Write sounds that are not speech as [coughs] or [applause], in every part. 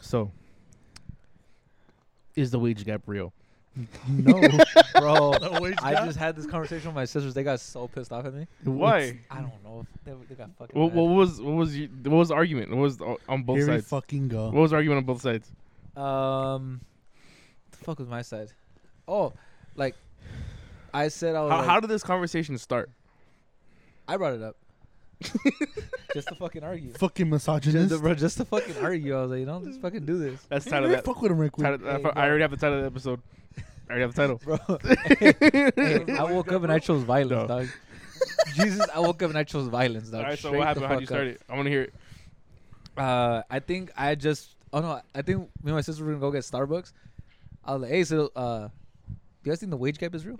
So, is the wage gap real? [laughs] [laughs] No, bro. The wage I gap? just had this conversation with my sisters. They got so pissed off at me. Why? I don't know. They, they got fucking. What, mad. what was what was you, what was the argument? What was the, on both Here we sides? fucking What go. was the argument on both sides? Um, the fuck was my side? Oh, like I said, I was. How, like- how did this conversation start? I brought [laughs] it up? just to fucking argue. Fucking Just to, [laughs] misogynist. bro, just to fucking argue. I was like, don't just fucking [laughs] do this, That's the Hey, title man, of that. Fuck with him right title- quick. I Hey, fo- I already have the title of the episode. I already have the title. [laughs] bro. Hey, I woke up and I chose violence, No. dog. Jesus, I woke up and I chose violence, dog. All right, so what Straight the happened? How fuck did you up. start it? I want to hear it. Uh, I think I just. Oh no, I think me and my sister were gonna go get Starbucks. I was like, hey, so uh, do you guys think the wage gap [laughs] is real?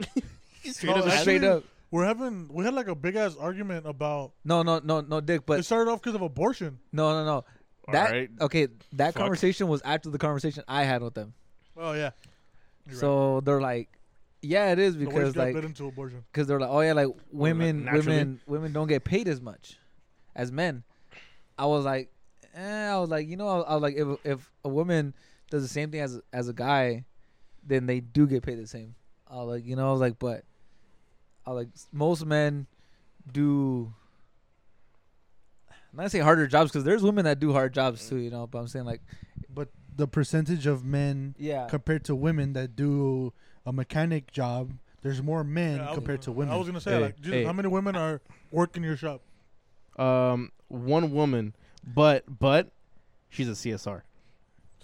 Straight up, Actually, Straight up. We're having we had like a big ass argument about No, no, no, no, Dick. it But started off because of abortion. no, no, no. All That right. okay? That Fuck. conversation was after the conversation I had with them. Oh yeah. You're right. so they're like, yeah, it is The wage because gap like led into abortion. because they're like, oh yeah, like women, naturally. women, women don't get paid as much as men. I was like, eh, I was like, you know, I was, I was like, if if a woman does the same thing as as a guy, then they do get paid the same. I was like, you know, I was like, but I was like most men do. I'm not gonna say harder jobs because there's women that do hard jobs too, you know. But I'm saying like, But the percentage of men yeah, compared to women that do a mechanic job, there's more men Yeah, I was- compared to women. I was gonna say Hey, like, Jesus, hey. how many women are working your shop? Um, one woman, but but she's a CSR.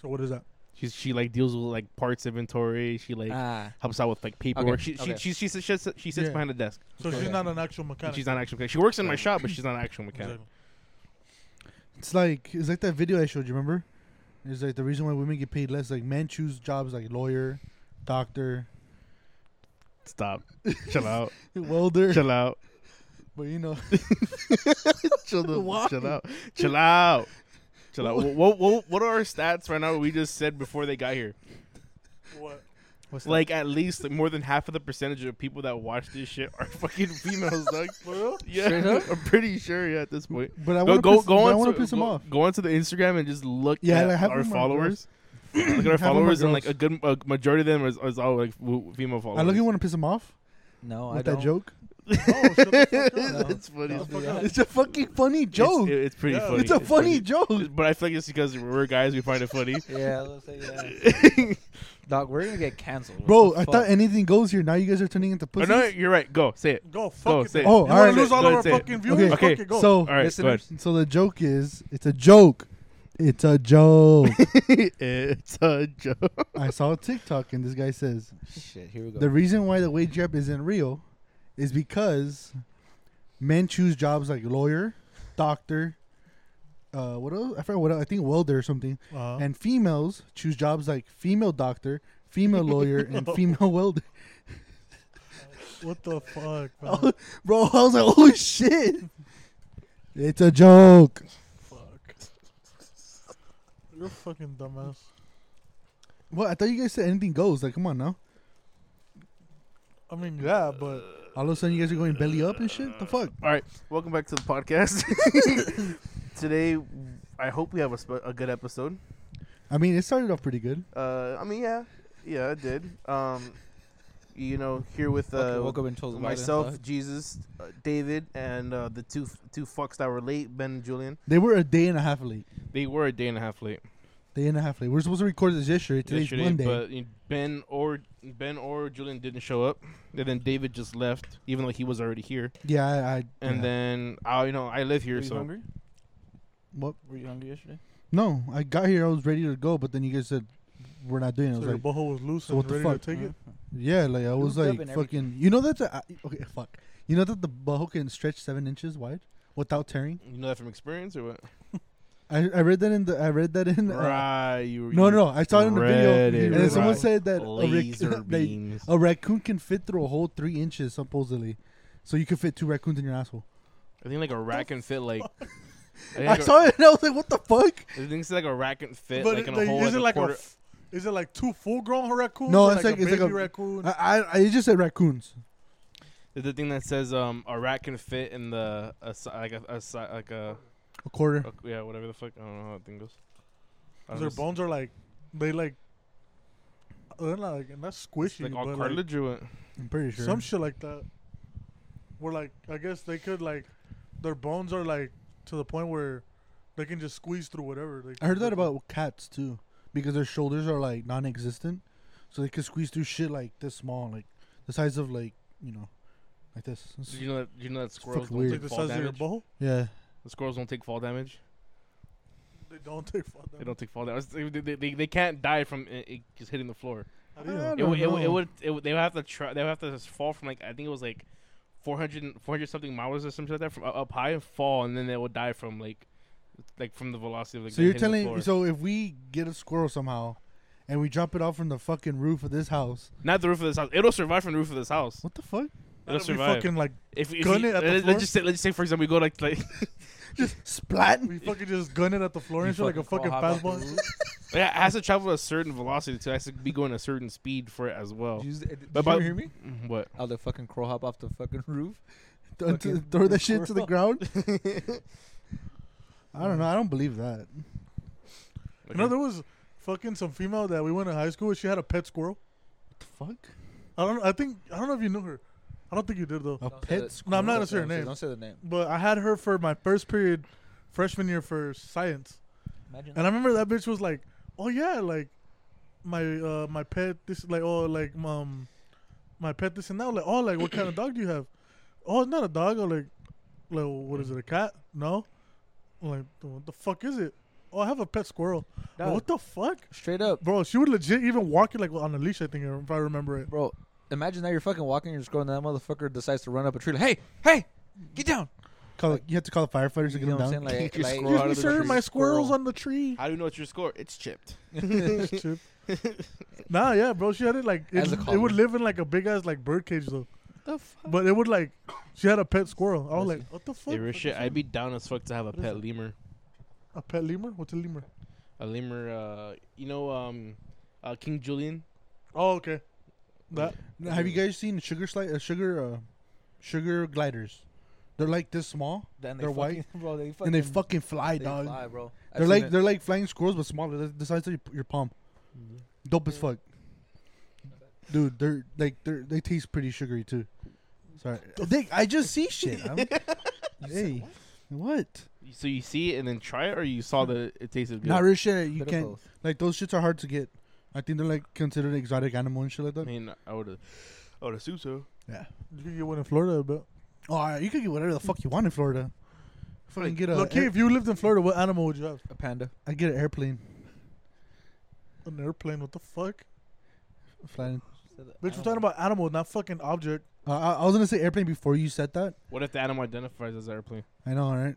So what is that? She's she like deals with like parts inventory. She like ah, helps out with like paperwork. She, okay. she she she she sits, she sits Yeah. behind a desk. So Okay. she's not an actual mechanic. She's not an actual mechanic. She works in my shop, but she's not an actual mechanic. Exactly. It's like it's like that video I showed you. Remember? It's like the reason why women get paid less. Like men choose jobs like lawyer, [laughs] doctor, [laughs] Stop. Chill out. welder. Chill [laughs] out. But you [laughs] know, Chill the- Why? Chill out. [laughs] Chill out. Chill out. What, what what are our stats right now? We just said before they got here. What? what's that? Like at least like, more than half of the percentage of people that watch this shit are [laughs] fucking females. [laughs] Like, For real? yeah, Straight up? I'm pretty sure. Yeah, at this point. but I Go want go go I on want to to piss them go- off. Go onto the Instagram and just look Yeah, at like, have our them are followers. [clears throat] look at our Have them are followers and like a girls. good a majority of them is, is all like w- female followers. I look at want to piss them off no, I with don't. that joke. Oh, shut the fuck up. No. [laughs] it's funny. No, It's, fuck [laughs] up. It's a fucking funny joke. it- it's pretty Yeah. funny. [laughs] It's a pretty- funny joke. But I feel like it's because we're guys, we find it funny. Yeah, I was gonna say yeah. [laughs] Dog, we're gonna get canceled, What Bro, the I fuck? thought anything goes here. Now you guys are turning into Oh, pussies. no, you're right. Go say it. Go fuck Go, it. say then. it. Oh, you all wanna right. lose all Go of ahead, our say it. fucking viewers? Okay. Okay, Fuck it, go. So All right, go ahead. [laughs] Listeners, so the joke is it's a joke. It's [laughs] a joke. it's a joke. I saw a TikTok and this guy says shit, here we go. the reason why the wage gap isn't real is because men choose jobs like lawyer, doctor, uh, what else? I forgot what else. I think welder or something. Uh-huh. And females choose jobs like female doctor, female lawyer, [laughs] and [laughs] female welder. what the fuck? Oh, [laughs] man? Bro, I was like, oh shit. It's a joke. fuck. You're a fucking dumbass. What? I thought you guys said anything goes. Like, come on now. I mean, yeah, but All of a sudden, you guys are going belly up and shit. The fuck? All right, welcome back to the podcast. [laughs] Today, I hope we have a, sp- a good episode. I mean, it started off pretty good. Uh, I mean, yeah, yeah, I did. Um, you know, here with uh, Fucking woke up and chose violence, myself, dog. Jesus, uh, David, and uh, the two two fucks that were late, Ben and Julian. They were a day and a half late. They were a day and a half late Day and a half late. We're supposed to record this yesterday. Today's yesterday, Monday. but you know, Ben or Ben or Julian didn't show up, and then David just left, even though he was already here. yeah, I. I And yeah. then I, you know, I live here, so What? Were you hungry yesterday? No, I got here. I was ready to go, but then you guys said we're not doing. it. I so was your like, butthole was loose so and what the ready fuck? to take it. yeah, like I was hooked up like and fucking. everything. You know that the I- okay, fuck. You know that the butthole can stretch seven inches wide without tearing. you know that from experience or what? I, I read that in the I read that in. Uh, right, you were No, no, I saw it in the video, Read it and then someone right. said that a, [laughs] laser rac- they- beams. a raccoon can fit through a hole three inches supposedly, so you can fit two raccoons in your asshole. I think like a rack and fit [laughs] like. think I a- saw it [laughs] and I was like, what the fuck? I think it's like a rack and fit But like in it- a hole like is it a like a, quarter. f- is it like two full-grown raccoons? No, or it's like- like a it's like baby a- raccoon. I, I, I it just said raccoons. There's the thing that says um a rack can fit in the a, si- like a, a si- like a, A quarter. a- yeah whatever the fuck I don't know how that thing goes. I don't their know, bones are like they like they're not like not it's squishy, like but all like, cartilage or what? I'm pretty sure. some shit like that. Where like I guess they could like their bones are like to the point where they can just squeeze through whatever. They I heard that about cats too, because their shoulders are like non-existent, so they could squeeze through shit like this small, like the size of like you know, like this. It's- Did you know that? did you know that squirrels fucking don't weird. like take the fall size of your damage? bowl. yeah, The squirrels don't take fall damage. They don't take fall They damage. don't take fall damage. They, they, they, they can't die from it, it just hitting the floor. How do you know? I It, would- it, don't would- it know. would it would they would have to try they would have to just fall from like I think it was like 400, and- 400 something miles or something like that from u- up high and fall and then they would die from like like from the velocity of like So them you're hitting the floor. telling so if we get a squirrel somehow, and we drop it off from the fucking roof of this house, not the roof of this house it'll survive from the roof of this house what the fuck? it'll That'd be survive fucking like if, if gun you- it at the let, floor? us just say let's just say for example we go like [laughs] like Just splat. we fucking just gun it at the floor and shit like a fucking fastball. yeah, it has to travel at a certain velocity to actually be going a certain speed for it as well Did you, did you But- but- ever hear me? Mm, what I'll the fucking crow hop off the fucking roof. Th- Fucking th- throw that shit to the squirrel. ground. I don't know. I don't believe that. Like, You know, there was fucking some female that we went to high school with. She had a pet squirrel. What the fuck? I don't. I think I don't know if you knew her. I don't think you did though. A Don't say pet that. squirrel? No, I'm not Don't gonna say her don't name. Don't say the name. But I had her for my first period, freshman year for science, Imagine and I remember that bitch was like, "Oh yeah, like my uh my pet this like oh like um my pet this and that like oh like what kind of dog do you have? Oh, it's not a dog. Or like like what is it? A cat? No. I'm like what the fuck is it? Oh, I have a pet squirrel. Like, Dog. what the fuck? straight up, Bro, she would legit even walk it like on a leash. I think if I remember it. bro. Imagine that you're fucking walking, you're just going, and that motherfucker decides to run up a tree. Like, hey, hey, get down. Call, you have to call the firefighters You to get know them what I'm down. saying? Like, Kick your like squirrel out of the Excuse me, sir, tree. my squirrel's Squirrel. on the tree. how do you know it's your score it's chipped [laughs] nah, yeah, bro. She had it like it, As a it collar. would live in like a big ass like bird cage though. the fuck? But it would like she had a pet squirrel. I was Listen. like, what the fuck? hey, real shit I'd be down as fuck to have a What is pet it? lemur A pet lemur? What's a lemur? a lemur uh you know um uh King Julian Oh, okay. That Now, Have you guys seen sugar slide, uh, sugar, uh, sugar gliders? They're like this small, Then they They're fucking, white, [laughs] bro. They fucking, and they fucking fly, they dog. fly, bro. I've They're seen like it. they're like flying squirrels, but smaller. They're the size of your, your palm. Mm-hmm. Dope as fuck, dude. They're like they're they taste pretty sugary too. [laughs] Sorry, Dick. I just see shit. I'm- hey, what? So you see it and then try it, or you saw that it tasted good. Not real shit. You Bit of can't both. like those shits are hard to get. I think they're like considered exotic animal and shit like I that. mean, I would, I would assume so. Yeah. you can get one in Florida, but Oh, you can get whatever the fuck you want in Florida. Fucking get a. Lucky air- if you lived in Florida, what animal would you have? a panda. I get an airplane. An airplane? What the fuck? Flying. Bitch, we're talking about animal, not fucking object. Uh, I, I was gonna say airplane before you said that. What if the animal identifies as an airplane? I know, right?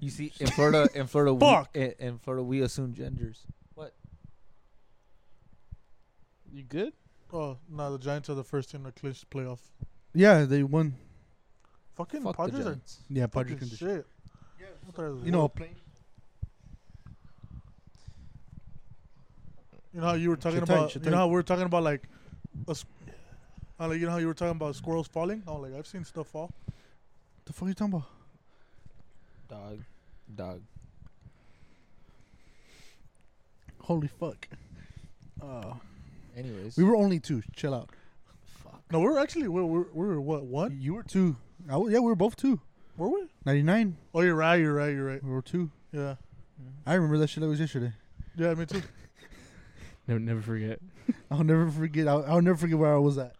You see, in Florida, in Florida, Fuck. we, in, in Florida, we assume genders. You good? Oh, no, the Giants are the first team to clinch the playoff. Yeah, they won. Fucking Fuck the Padres are Giants. Yeah, fucking Padres can do shit. shit. What are they- You know, a plane. You know how you were talking Shit tight, about. shit You know tight. how we were talking about like, a s- how, like you know how you were talking about squirrels falling. I'm like, I've seen stuff fall. The fuck you talking about? Dog, dog. Holy fuck. Uh, Anyways, we were only two. Chill out. fuck. No, we were actually we were, we were what one? You were two. I w- yeah, we were both two. Were we? Ninety nine. Oh, you're right. You're right. You're right. We were two. Yeah. Mm-hmm. I remember that shit like it was yesterday. Yeah, me too. Never, never forget. I'll never forget. I'll, I'll never forget where I was at.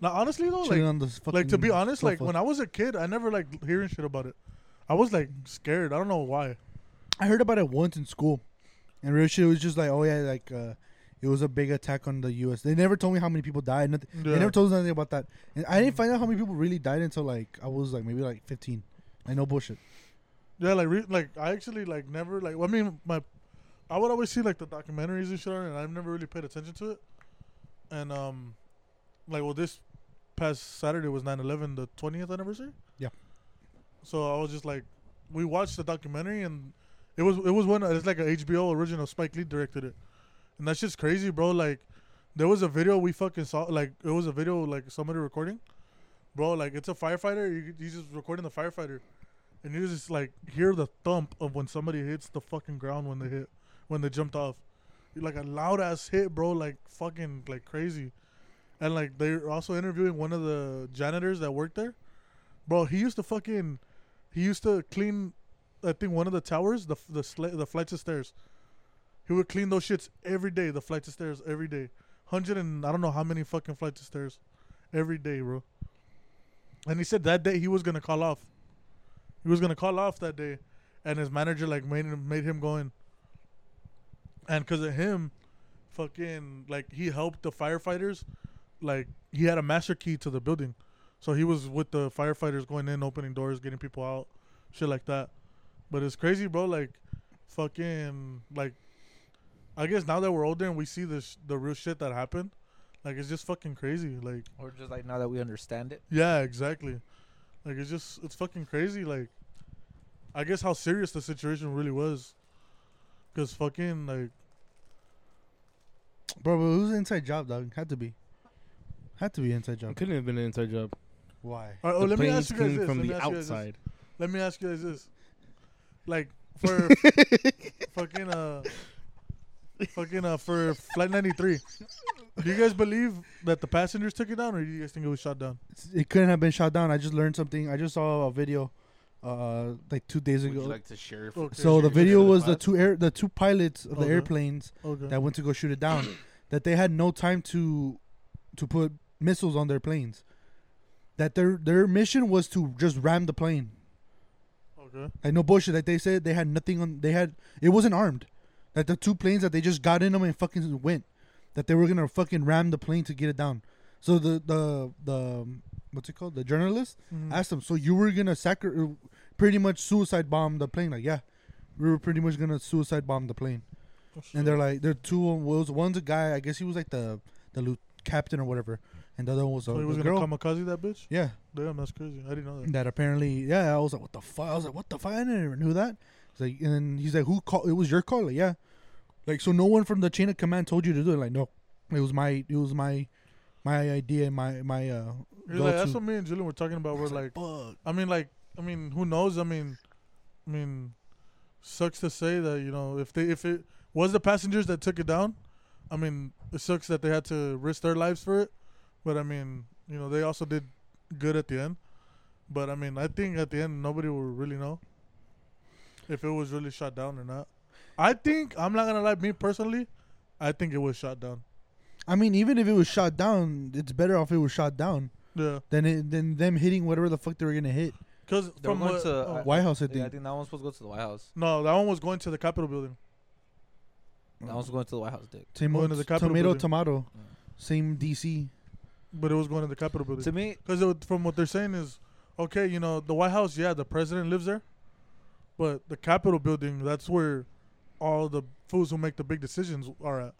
Now, honestly though, Chilling like, on this fucking. like to be honest, like when I, I was a kid, I never like hearing shit about it. I was like scared. I don't know why. I heard about it once in school, and real shit it was just like, oh yeah, like uh, it was a big attack on the U.S. They never told me how many people died. Nothing. Yeah. They never told us anything about that. And I didn't find out how many people really died until like I was like maybe like fifteen. I know bullshit. Yeah, like re- like I actually like never like. I mean, my I would always see like the documentaries and shit on it, and I've never really paid attention to it. And um, like well, this past Saturday was 9/11, the 20th anniversary. Yeah. So I was just like, we watched the documentary, and it was it was one it's like a HBO original. Spike Lee directed it, and that's just crazy, bro. Like, there was a video we fucking saw. Like, it was a video like somebody recording, bro. Like, it's a firefighter. You, he's just recording the firefighter and you just like hear the thump of when somebody hits the fucking ground when they hit when they jumped off, like a loud ass hit, bro, like fucking like crazy, and like they're also interviewing one of the janitors that worked there, bro. He used to fucking, he used to clean, I think one of the towers, the the sla- the flights of stairs. He would clean those shits every day, the flights of stairs every day, hundred and I don't know how many fucking flights of stairs, every day, bro. And he said that day he was gonna call off. He was gonna call off that day, and his manager like made him made him go in. And because of him, fucking like he helped the firefighters. Like he had a master key to the building, so he was with the firefighters going in, opening doors, getting people out, shit like that. But it's crazy, bro. Like, fucking like, I guess now that we're older and we see this the real shit that happened, like it's just fucking crazy. Like. Or just like now that we understand it. Yeah, exactly. Like it's just it's fucking crazy. Like, I guess how serious the situation really was, because fucking like Bro, but who's inside job, dog? Had to be. Had to be inside It job. couldn't have been an inside job. Why? all right, oh, the let me planes ask you guys came this. from let me the ask you guys this. outside. Let me ask you guys this. [laughs] Like for fucking uh fucking uh for flight ninety three. Do you guys believe that the passengers took it down, or do you guys think it was shot down? It couldn't have been shot down. I just learned something. I just saw a video, uh, like two days Would ago. you like to share? if- Okay. so the share video with was the pod? two air, the two pilots of the Okay. airplanes Okay. that went to go shoot it down. [clears throat] that they had no time to, to put missiles on their planes. That their their mission was to just ram the plane. okay. Like no bullshit. Like they said they had nothing on. They had it wasn't armed. Like the two planes that they just got in them and fucking went. That they were gonna fucking ram the plane to get it down. So the the the um, what's it called? The journalist Mhm. asked them. So you were gonna sacri- uh, pretty much suicide bomb the plane? Like yeah, we were pretty much gonna suicide bomb the plane. Oh, shit. And they're like, there are two. of 'em. Well, it was one's a guy. I guess he was like the the lieu- captain or whatever. And the other one was a so he was the gonna girl. kamikaze that bitch. yeah, Damn, that's crazy. I didn't know that. that apparently, yeah, I was like, what the fuck? I was like, what the fuck? I never knew that. He's like, and then he's like, who called? It was your call, like, yeah. Like, so no one from the chain of command told you to do it. Like, no, it was my, it was my, my idea, my, my, uh, You're like, that's go-to. what me and Julian were talking about. We're like, fuck. I mean, like, I mean, who knows? I mean, I mean, sucks to say that you know if they if it was the passengers that took it down, I mean, it sucks that they had to risk their lives for it, but I mean, you know, they also did good at the end. But I mean, I think at the end nobody will really know if it was really shot down or not. I think I'm not gonna lie, me personally, I think it was shot down. I mean, even if it was shot down, it's better off it was shot down Yeah, than it, than them hitting whatever the fuck they were gonna hit. because They were from going what, to, oh, uh, White House, Yeah, I I think. think that one's supposed to go to the White House. no, that one was going to the Capitol building. That Mm. one's going to the White House, dick. Same Going old- to the Capitol tomato, building. tomato. Yeah. Same DC. But it was going to the Capitol building. To me, Because from what they're saying is, okay, you know, the White House, yeah, the president lives there, but the Capitol building, that's where all the fools who make the big decisions are at.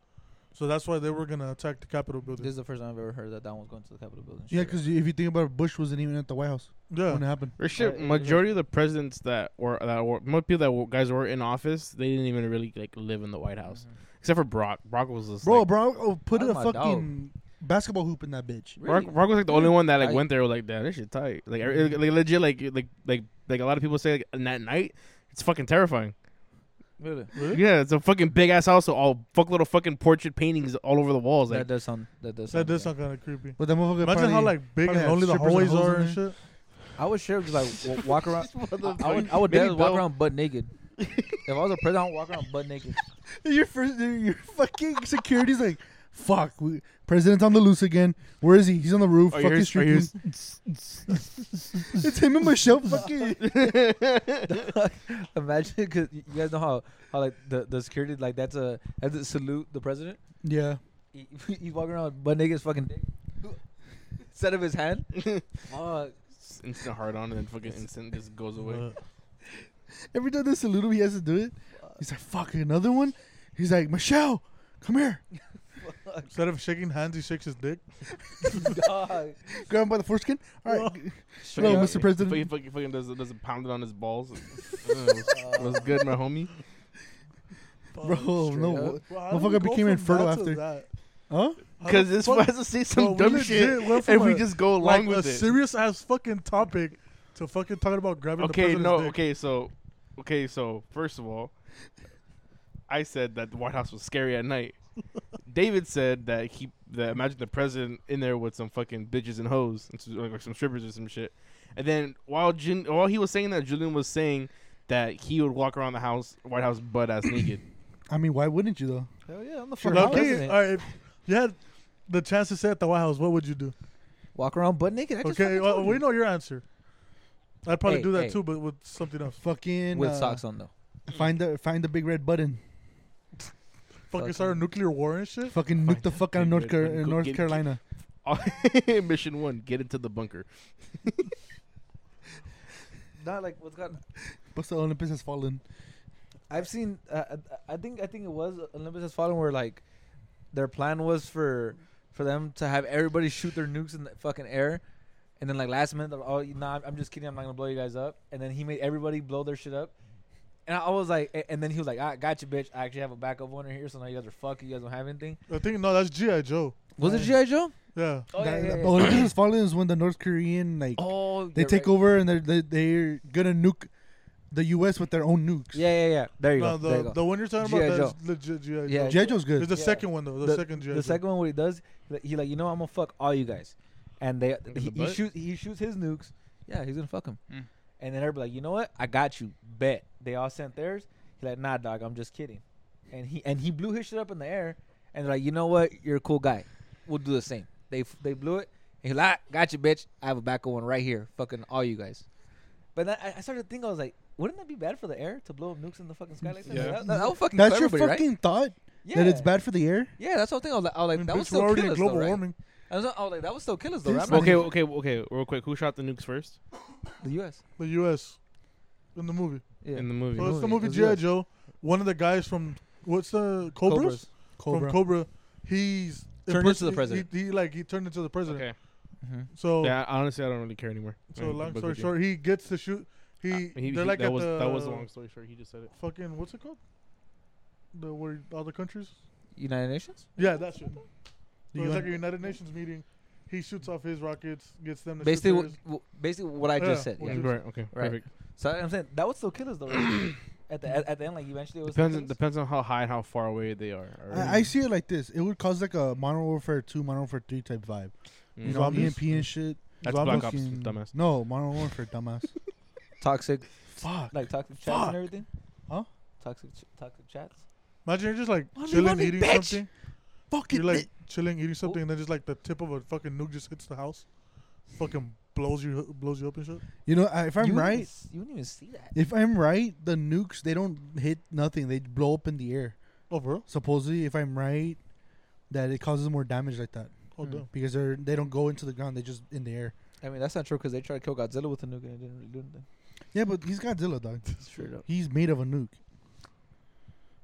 So that's why they were gonna attack the Capitol this building. is the first time I've ever heard that that one's going to the Capitol building. Yeah, Shit. because if you think about it, Bush wasn't even at the White House Yeah, when it happened. Richard, Uh, majority of the presidents that were that were most people that were, guys were in office, they didn't even really like live in the White House, except for Brock. Brock was just Bro, like, bro, oh, put That's a my fucking dog. basketball hoop in that bitch. Really? Brock, Brock was like the only one that like I- Mm-hmm. went there was like damn this shit tight like every- like legit like like like like a lot of people say like, that night it's fucking terrifying. Really? really? Yeah, it's a fucking big ass house with all fuck little fucking portrait paintings all over the walls. Like that does sound. That does. that Sound does okay. sound kind of creepy. But that motherfucker Imagine how probably- like big probably and had lonely the strippers and hallways hoes are in and shit. I would sure just like w- [laughs] walk around. I, I would. motherfucker. I would Maybe definitely walk Bill- around butt naked. if I was a president, I would walk around butt naked. [laughs] Your first, your fucking [laughs] security's like, fuck. We, president's on the loose again. Where is he? He's on the roof. Oh, Are you- fucking are you- streaking. it's him [laughs] and Michelle. Fucking. Imagine, because you guys know how how like the the security like that's a that's a salute the president. [laughs] Yeah. He, he's walking around butt naked, his fucking dick. [laughs] Instead of his hand. [laughs] Fuck. instant hard on and then fucking instant just goes away. But- Every time they salute him, he has to do it. He's like, fuck, another one? He's like, Michelle, come here. Instead of shaking hands, he shakes [laughs] his dick. Dog. Grab him by the foreskin. All right. Fucking- Hello, Mr. President. He fucking, fucking does does a pound it on [laughs] his balls. Uh, was, was good, my homie. Bro, Straight no. up. Bro, how do we Motherfucker go became from infertile that to after. that? Huh? How Because the this fuck- was to say some Bro, we dumb legit shit, went from and we a- just go like along a with it. serious ass fucking topic to fucking talking about grabbing Okay, the president's no, dick. okay, so, okay, so first of all, I said that the White House was scary at [laughs] night. David said that he that imagine the president in there with some fucking bitches and hoes, and some, like some strippers or some shit. And then while Jin, while he was saying that, Julian was saying that he would walk around the house, White House, butt ass [laughs] naked. I mean, why wouldn't you though? Hell yeah, I'm the Sure. fucking Low-key, Okay, president. all right. If you had the chance to say at the White House, what would you do? Walk around butt naked. I just Okay, okay, well, we know your answer. I'd probably Hey, do that hey. too, but with something else. Fucking with uh, socks on though. Find the find the big red button. Fucking start a Fucking- nuclear war and shit. Fucking nuke the fuck out of Big North, red Car- button. uh, Go North get- Carolina. Mission one: get into the bunker. Not like what's got. Busta Olympus has fallen. I've seen. Uh, I- I think. I think it was Olympus Has Fallen, where like their plan was for for them to have everybody shoot their nukes in the fucking air, and then like last minute, they're, oh, nah, I'm just kidding. I'm not gonna blow you guys up. And then he made everybody blow their shit up. And I was like, a- and then he was like, "I got you, bitch. I actually have a backup one right here, so now you guys are fucked. You guys don't have anything." I think no, that's GI Joe. Was it Right. GI Joe? Yeah, Oh, That- yeah, yeah, that- yeah. Olympus has fallen is when the North Korean like Oh, they you're take right. over and they're they, they're gonna nuke the U.S. with their own nukes. Yeah, yeah, yeah. There you no, go. there you the go. the one you're talking G.I. about, Joe. that's legit GI Joe. Yeah, Jejo's good. It's the Yeah. second one though. The, second GI the Joe. second one, what he does, he- he like, you know, I'm gonna fuck all you guys, and they in he, the he butt? shoots he shoots his nukes. Yeah, he's gonna fuck him, Mm. and then everybody like, you know what? I got you. Bet they all sent theirs. He's like, nah, dog, I'm just kidding, and he and he blew his shit up in the air, and they're like, you know what? You're a cool guy. We'll do the same. They f- they blew it. And he's like, "Ah, got you, bitch. I have a backup one right here. Fucking all you guys. But then I, I started to think I was like, wouldn't that be bad for the air to blow up nukes in the fucking sky like that? Yeah. That, that, that would fucking That's kill your everybody, right? fucking thought that it's bad for the air. Yeah, that's the whole thing. I was like, I was I like mean, that was bitch, we're still already killers, in though, global right? warming. I was, I was like, that was still killers, though. This Right? I'm not Okay, even- okay, okay. Real quick, who shot the nukes first the U.S. The U.S. in the movie. Yeah. in the So movie? it's the Movie, movie it's GI US. Joe. One of the guys from what's the Cobras, Cobra. from Cobra. He's Turned into the imperson- president. He, he like he turned into the president. Okay. Mhm. So Yeah, honestly, I don't really care anymore. so Uh, long but story good game. short, he gets to shoot. He, Uh, he- they're he- like that at was the that was a long story short. He just said it. fucking what's it called? The where all the countries? United Nations. Yeah, that shit. The So it's UN like a United Nations meeting. He shoots off his rockets, gets them to Basically, shoot what, theirs. what- basically what I just Yeah, said. what Yeah. you- Right. Okay. Right. Perfect. So I'm saying that would still killers, though. [coughs] Right? at the at, at the end, like eventually it was Depends. still On, killers. depends on how high and how far away they are. I, I see it like this: it would cause like a Modern Warfare Two, Modern Warfare Three type Mm. vibe. You know, Zombies? EMP and shit. That's Black Ops, Fucking- dumbass. No, Modern Warfare, dumbass. toxic, Fuck. like toxic chats Fuck. and everything. Huh? Toxic ch- toxic chats. Imagine you're just like Money, chilling, money, eating bitch. something. Fucking You're like chilling, Oh. eating something, and then just like the tip of a fucking nuke just hits the house, fucking blows you blows you up and shit. You know, I- if I'm you wouldn't even right, s- you wouldn't even see that. if I'm right, the nukes they don't hit nothing; they blow up in the air. Oh, bro. Supposedly, if I'm right, that it causes more damage like that Oh, Hmm. damn. because they're they don't go into the ground; they just in the air. I mean, that's not true because they tried to kill Godzilla with a nuke and it didn't really do anything. Yeah, but he's Godzilla, dog. Straight up. He's made of a nuke.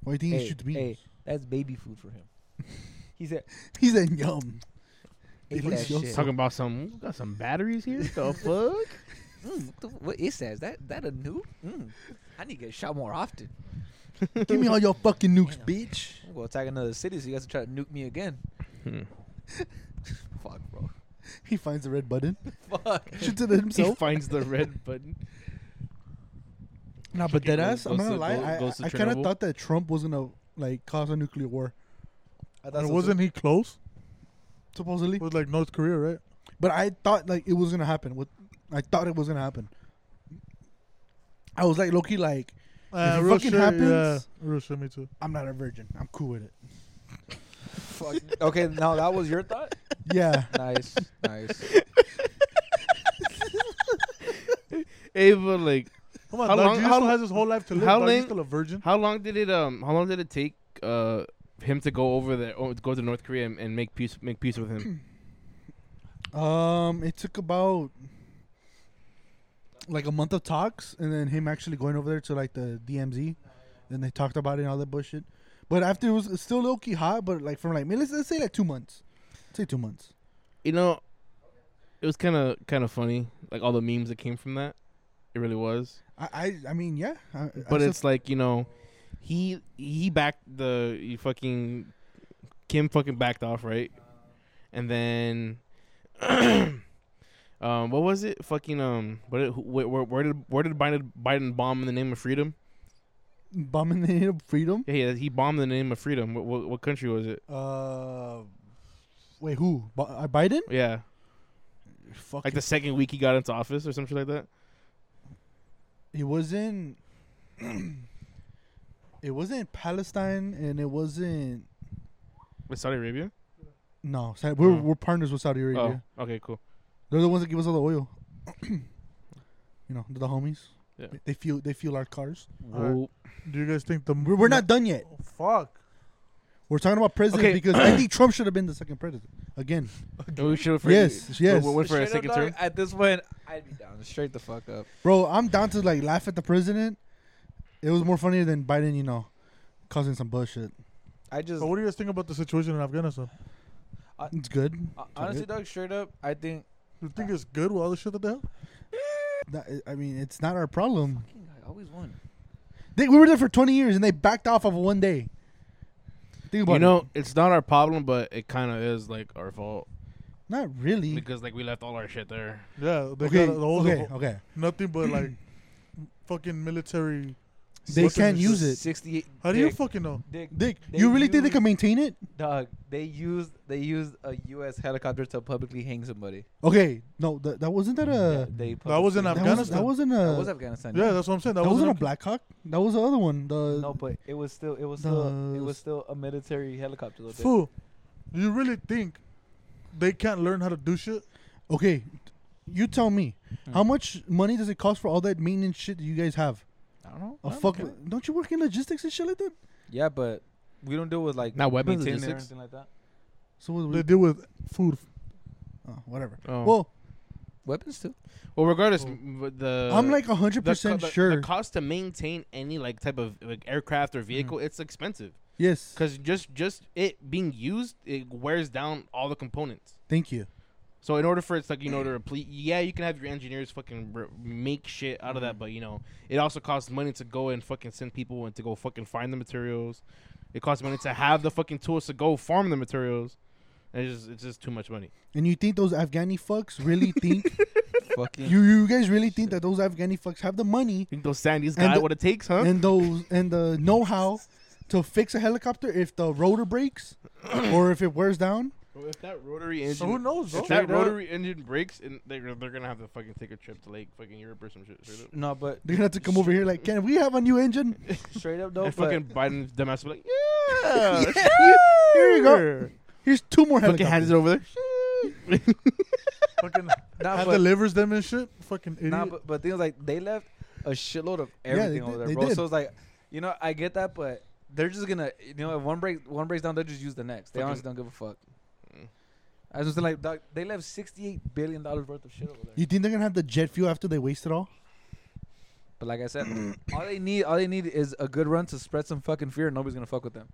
Why do you think Hey, he shoots me? hey, that's baby food [laughs] for him. He said, He's a yum. "Ate At that least you'll shit." Talking about some we got some batteries here. [laughs] the fuck? Mm, what the- what is that? Is that that a nuke? Mm. I need to get shot more often. Give me all your fucking nukes, Damn. bitch. I'm gonna attack another city, so you guys try to nuke me again. Hmm. Fuck, bro. [laughs] He finds the red button. Fuck. Shoots it He himself. finds the [laughs] red button. Nah, but Fucking dead ass. goes- I'm not goes gonna to- lie. go- I- goes to I, kind of Chernobyl. thought that Trump was gonna like cause a nuclear war, I thought And so, wasn't he close supposedly. with like North Korea, right? But I thought like it was gonna happen. What I thought it was gonna happen. I was like Loki. Like Uh, if it real fucking shit, happens, yeah, real shit. Me too. I'm not a virgin. I'm cool with [laughs] it. too. [laughs] Fuck. Okay, now that was your thought. Yeah. Nice, nice. Hey, but like, Come on, How how long- long? Jesus how- still has his whole life to live. how dog. He's long- still a virgin. how long did it um? How long did it take uh him to go over there? Oh, go to North Korea and, and make peace make peace with [clears throat] him. Um, it took about like a month of talks, and then him actually going over there to like the DMZ, and they talked about it and all that bullshit. But after it was still low key hot, but like from like let's, let's say like two months, say two months. You know, it was kind of kind of funny. Like all the memes that came from that. It really was. I I, I mean yeah, I, But I it's like you know, he he backed the he fucking Kim fucking backed off right, and then [clears throat] Um, what was it? Fucking um, what did, who- where, where, where did where did Biden Biden bomb in the name of freedom? Bombing the [laughs] name of freedom. Yeah, he, he bombed in the name of freedom. What, what, what country was it? Uh, wait, who? Bi- uh, Biden? Yeah, Fuck. like the second week he got into office or something like that. it wasn't. [clears throat] it wasn't Palestine, and it wasn't. With Saudi Arabia. No, Sa- we're Oh. we're partners with Saudi Arabia. Oh, okay, cool. They're the ones that give us all the oil. [clears throat] you know, they're the homies. Yeah. They- They fuel they fuel our cars. Alright. Whoa. Do you guys think the Oh, We're, we're not done yet. fuck? We're talking about president Okay. because [clears throat] I think Trump should have been the second president again. We should have Yes, yes. Wait for a Straight second up, dog, term. At this point, I'd be down. Straight the fuck up. Bro, I'm down to like laugh at the president. It was more funny than Biden, you know, causing some bullshit. I just But what do you guys think about the situation in Afghanistan? It's good. uh, honestly, dog. Straight up, I think. You think it's good with all the shit that they have? That- I mean, it's not our problem. I always won. They, we were there for 20 years and they backed off of one day. Think about You it. know, it's not our problem, but it kind of is like our fault not really. because like we left all our shit there. Yeah, they okay, got the whole okay, okay. nothing but like [clears throat] fucking military. They What's can't this? use it. Sixty-eight. How do you fucking know? Dick, Dick, They you really think they use- can maintain it? dog. They used they used a U.S. helicopter to publicly hang somebody. Okay, no, that, that wasn't that Yeah, a. they That was in publicly- Uh, That, was, that Afghanistan. wasn't a. That was Afghanistan. Yeah, that's what I'm saying. That, that wasn't a wasn't Black Hawk. That was the other one. The No, but it was still it was still it Those- was still a military helicopter. little bit. fool. Do you really think they can't learn how to do shit? okay, you tell me, how Hmm. much money does it cost for all that maintenance shit that you guys have? I don't know. A I don't fuck, care. don't you work in logistics and shit like that? Yeah, but we don't deal with like Not weapons, maintenance or logistics. anything like that. So what, They deal with food. oh, whatever. Oh. Well, Weapons too. well, regardless, Oh. m- but the I'm like hundred the, uh, co- percent the, sure. the cost to maintain any like type of like aircraft or vehicle, Mm. it's expensive yes, because just just it being used, it wears down all the components. thank you. So in order for it's like you [clears throat] know to replete, yeah, you can have your engineers fucking re- make shit out of Mm-hmm. that, but you know it also costs money to go and fucking send people and to go fucking find the materials. It costs money to have the fucking tools to go farm the materials. And it's just it's just too much money. And you think those Afghani fucks [laughs] really think [laughs] Fucking you you guys really think that those Afghani fucks have the money Think those Sandy's And got the- what it takes, huh? and those and the know how to fix a helicopter if the [clears throat] rotor breaks or if it wears down? Bro, if that rotary engine, So who knows, bro? if that Straight up. rotary engine breaks, and they're they're gonna have to fucking take a trip to like fucking Europe or some shit. Straight up. [laughs] no, but They're gonna have to come over here like, can we have a new engine? straight up though. and but [laughs] fucking Biden's dumbass will be like, yeah, Yeah, here you go. Here's two more Fucking hands helicopters. it over there. [laughs] fucking Nah, hand but- delivers them and shit. Fucking idiot. Nah, but, but things like they left a shitload of they everything did- over there, they bro. did. So it's like, you know, I get that, but they're just gonna, you know, if one break one breaks down, they'll just use the next. They Fucking- honestly don't give a fuck. Mm. I was just like, dog, they left sixty-eight billion dollars worth of shit over there. You think they're gonna have the jet fuel after they waste it all? But like I said, all they need, all they need is a good run to spread some fucking fear, and nobody's gonna fuck with them.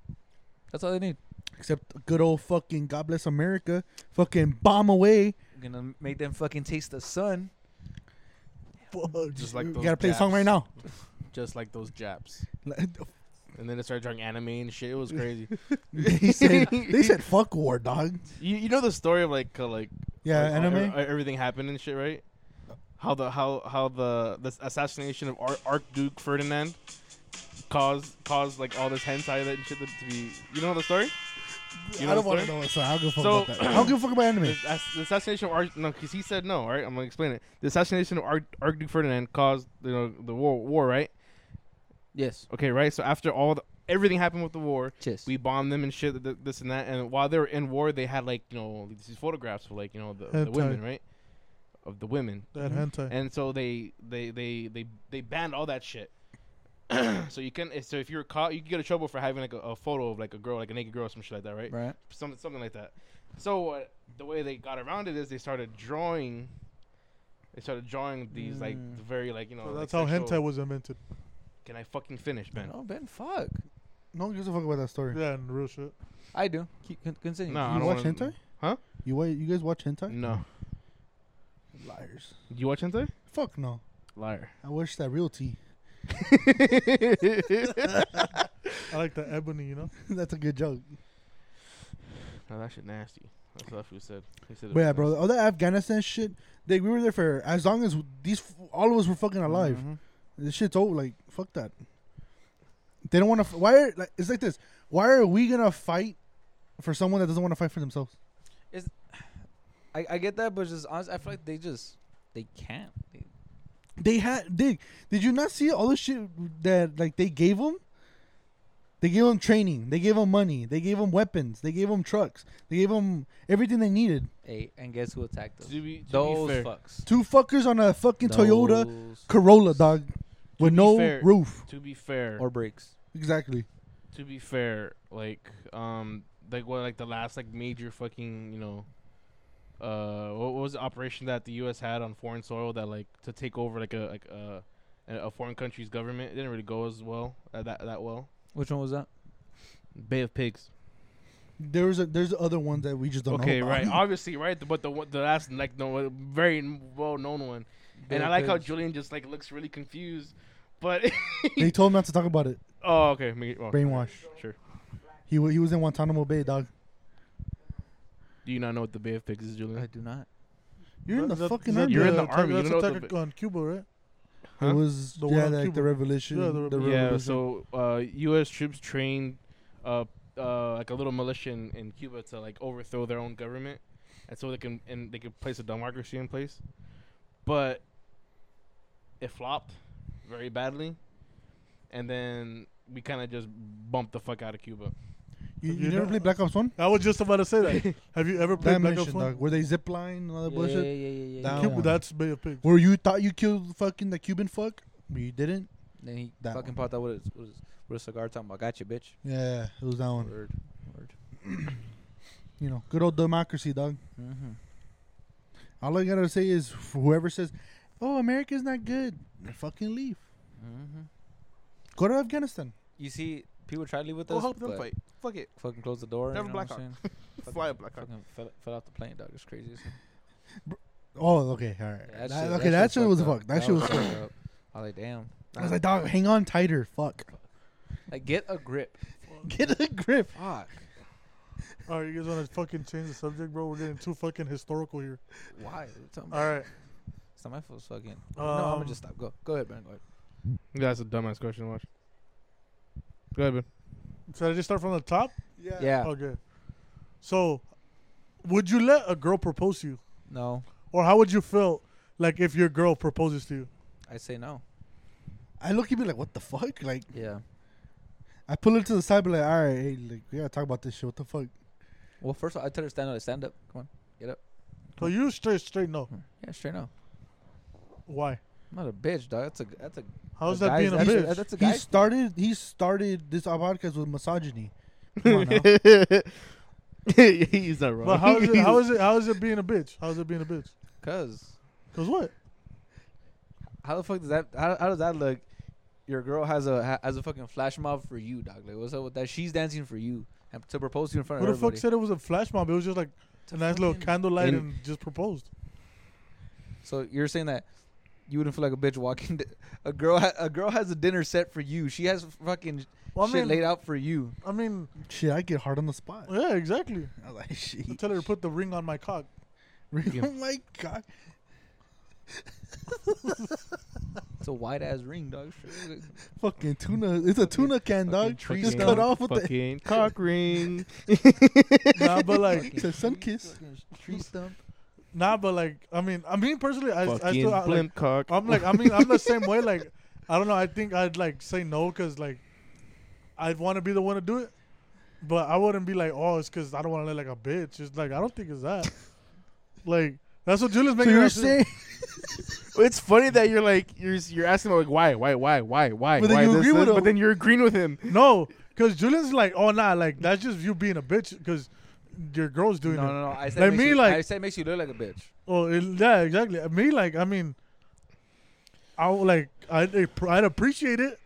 That's all they need. Except good old fucking God bless America, fucking bomb away. gonna make them fucking taste the sun. Fuck. Just like you those gotta play the song Japs. [laughs] right now. Just like those Japs. And then it started drawing anime and shit. It was crazy. they said they said fuck war, dog. you, you know the story of like uh, like Yeah, like, anime. e- everything happened and shit, right? How the how how the the assassination of Ar- Archduke Ferdinand caused caused like all this hentai that and shit that to be. You know the story? You I know don't the want to story? know what's I don't give a fuck So- about that. I don't give a fuck about anime. [clears throat] The, ass- the assassination of Arch no, because he said no. All right, I'm gonna explain it. The assassination of Arch- Archduke Ferdinand caused you know the war war right? Yes. Okay, right. So after all the everything happened with the war, Cheers. we bombed them and shit, th- this and that. And while they were in war, they had like you know these photographs of like you know the, the Hentai. women, right? Of the women, that hentai. and so they they they they they banned all that shit. [clears throat] so you can so if you were caught, you could get in trouble for having like a, a photo of like a girl, like a naked girl, or some shit like that, right? right. Something something like that. So uh, the way they got around it is they started drawing. They started drawing these Mm. like very like you know. So like, that's how sexual- hentai was invented. Can I fucking finish, man? No, Ben. Fuck. No one gives a fuck about that story. Yeah, and real shit. I do. Keep con- continue. No, I you don't watch wanna- hentai? Huh? Mm. You wa- you guys watch hentai? No. Liars. You watch hentai? Fuck no. Liar. I wish that real tea. [laughs] I like the ebony, you know. That's a good joke. No, Oh, that shit nasty. That's what he said. He said it But yeah, was bro, nice. all that Afghanistan shit. They we were there for as long as these all of us were fucking alive. Mm-hmm. Mm-hmm. This shit's over. Like fuck that. They don't want to. Why? Are, like, it's like this. Why are we gonna fight for someone that doesn't want to fight for themselves? I, I get that, but just honest, I feel like they just they can't. They, They had did. Did you not see all the shit that like they gave them? They gave them training. They gave them money. They gave them weapons. They gave them trucks. They gave them everything they needed. hey, and guess who attacked us? To be, to be Those fair, fucks. Two fuckers on a fucking Toyota Those Corolla, dog, with be no fair- roof. to be fair, or breaks. Exactly. to be fair, like um, like what like the last like major fucking you know, uh, what, what was the operation that the U.S. had on foreign soil that like to take over like a like a a foreign country's government? It didn't really go as well uh, that that well. Which one was that? Bay of Pigs. There's a there's other ones that we just don't Okay, know. about. right. [laughs] Obviously, right. But the one- the last like no very well known one, and I like how Julian just like looks really confused. But [laughs] they told him not to talk about it. oh, okay. me- oh, Brainwash. Sure. He wa- he was in Guantanamo Bay, dog. Do you not know what the Bay of Pigs is, I Julian? do not. You're in the That- that- fucking that- army. You're in uh, the attack- army, you That's don't know attack the- on Cuba, right? Huh? It was The war yeah, on like Cuba. the revolution. Yeah, the the, rebellion. Yeah. revolution. So uh, U.S. troops trained uh, uh, like a little militia in, in Cuba to like overthrow their own government, and so they can and they could place a democracy in place, but it flopped very badly, and then we kind of just bumped the fuck out of Cuba. you, Have you you never done- played Black Ops One? I was just about to say [laughs] that. Have you ever That played Black Ops mission, One? dog, where they zipline and all that yeah, bullshit. yeah, yeah, yeah, yeah, That yeah. one. Cuba, that's Bay of Pigs. Where you thought you killed fucking the Cuban fuck, but you didn't. Then he That fucking one. popped out with his, with, his, with a cigar talking about, gotcha, bitch. Yeah, it was that one. Word. Word. You know, good old democracy, dog. Mm-hmm. All I gotta say is, whoever says, "Oh, America's not good," fucking leave. Mm-hmm. Go to Afghanistan. You see, people try to leave with Go us. help them but fight. Fuck it. Fucking close the door. Have a you know what I'm blackout. saying? Fly a black card. Fucking fell, fell off the plane, dog. It's crazy. as hell. Oh, okay, all right. Yeah, That- okay, that shit was fucked. That shit was fucked. fucked up. I was like, damn. I was like, dog, hang on tighter. Fuck. [laughs] Like, get a grip. Get a grip. Fuck. All right, you guys want to fucking change the subject, bro? We're getting too fucking historical here. Why? It's not my- All right. It's not my fault. it's Fucking. no, I'm gonna Um, just stop. Go. Go ahead, man. Go ahead. That's a dumbass question. Watch. Go ahead, man. Should I just start from the top? Yeah. Okay. So, would you let a girl propose to you? No, Or how would you feel like if your girl proposes to you? I say no. I look at me like, what the fuck? Like, Yeah. I pull her to the side, be like, all right, hey, like, we gotta talk about this shit. What the fuck? Well, first of all, I tell her stand up. Stand up. Come on. So you straight, straight no. Hmm. Yeah, straight no. Why? I'm not a bitch, dog. That's a. That's a. How's a that guy's- being a that's bitch? that's a He guy. started. He started this podcast with [laughs] misogyny. Come on now. [laughs] He's not wrong. But how is it? How is it? How is it being a bitch? How is it being a bitch? Cause Cause what? how the fuck does that? How, how does that look? Your girl has a ha- has a fucking flash mob for you, dog. Like, what's up with that? She's dancing for you and to propose to you in front Who of the fuck everybody. said it was a flash mob? It was just like It's a nice little fucking- candlelight In- and just proposed. So you're saying that you wouldn't feel like a bitch walking? To, a girl, ha- a girl has a dinner set for you. She has fucking Well, I shit mean, laid out for you. I mean, shit, I get hard on the spot. yeah, exactly. I was like, [laughs] shit. I tell her to put the ring on my cock. Yeah. Oh my god. It's a wide ass ring, dog. Fucking tuna. It's a tuna Fucking can, dog. tree Just ring, cut off with [laughs] the. fucking cock ring. nah, but like, It's a sun kiss. Tree stump. nah, but like, I mean, I mean, personally, I, I fucking still, I, like, blimp cock. I'm like, I mean, I'm the same way. Like, I don't know. I think I'd like say no because like, I'd want to be the one to do it, but I wouldn't be like, oh, it's because I don't want to look like a bitch. It's like I don't think it's that. like that's what Julian's So making. it you're out to be. saying, It's funny that you're like you're you're asking like why why why why why But then why you agree with him. but then you're agreeing with him. no, because Julian's like, oh nah, like that's just you being a bitch because your girl's No, doing it. no, no. I said Like makes me, you, like- I said makes you look like a bitch. Oh it, yeah, exactly. Me like, I mean, I would, like I'd, ap- I'd appreciate it,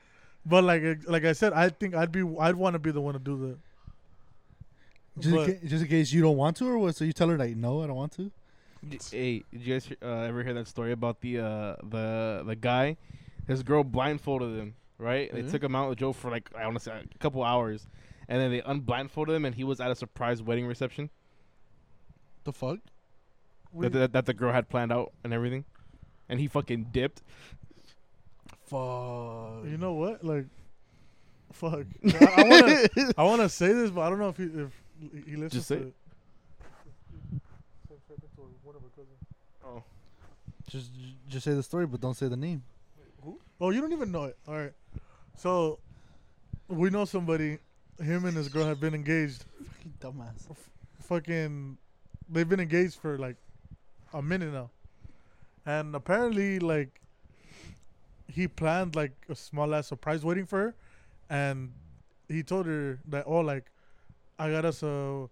but like it- like I said, I think I'd be I'd want to be the one to do that. just, in But- ca- just in case you don't want to, or what? So you tell her like, no, I don't want to. Hey, did you guys hear- uh, ever hear that story about the uh, the the guy? His girl blindfolded him, right? They took him out with Joe for like I want to say a couple hours, and then they unblindfolded him, and he was at a surprise wedding reception. The fuck? that, that, that the girl had planned out and everything, and he fucking dipped. Fuck. You know what? Like, fuck. I, I wanna, I wanna say this, but I don't know if he if he listens Just say to it. it. Oh, Just just say the story, but don't say the name. Oh, you don't even know it. All right. So, we know somebody. Him and his girl have been engaged. Fucking dumbass. Fucking, they've been engaged for like a minute now, and apparently, like, he planned like a small ass surprise waiting for her, and he told her that oh, like, I got us a,